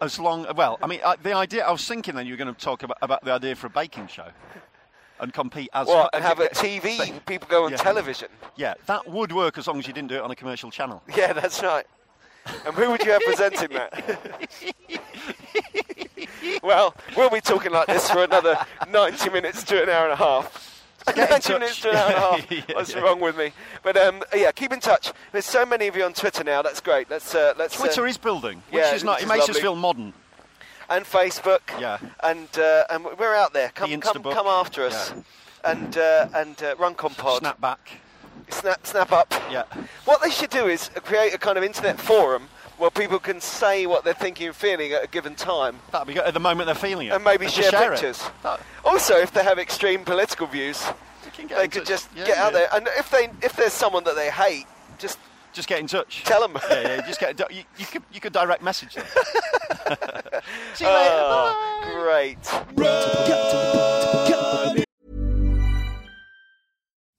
S2: As long, well, I mean, I, the idea. I was thinking then you were going to talk about, about the idea for a baking show, and compete as
S1: Well, and have a TV. people go on
S2: Yeah.
S1: television.
S2: Yeah, that would work as long as you didn't do it on a commercial channel.
S1: Yeah, that's right. And who would you have presenting that? well, we'll be talking like this for another 90 minutes to an hour and a half.
S2: get in
S1: 90
S2: touch.
S1: minutes to an hour and a half.
S2: Yeah,
S1: What's
S2: yeah.
S1: wrong with me? But um, yeah, keep in touch. There's so many of you on Twitter now. That's great. Let's uh, let's uh,
S2: Twitter is building, which
S1: yeah,
S2: is not.
S1: which
S2: It
S1: is
S2: makes us
S1: lovely.
S2: feel modern.
S1: and Facebook.
S2: Yeah.
S1: And uh, and we're out there. Come come
S2: Instabook.
S1: come after us. And uh, and uh, run compod.
S2: Snap back.
S1: snap, snap up.
S2: Yeah.
S1: What they should do is create a kind of internet forum where people can say what they're thinking and feeling at a given time,
S2: That'd be good at the moment they're feeling it.
S1: and maybe
S2: Just
S1: share,
S2: it.
S1: pictures.
S2: That-
S1: Also, if they have extreme political views,
S2: you can get
S1: they
S2: in
S1: could
S2: touch.
S1: just
S2: Yeah,
S1: get out
S2: yeah.
S1: there. And if they if there's someone that they hate, just
S2: Just get in touch.
S1: Tell 'em.
S2: Yeah, yeah. Just get. You, you could you could direct message them. See you later. Bye.
S1: oh, great.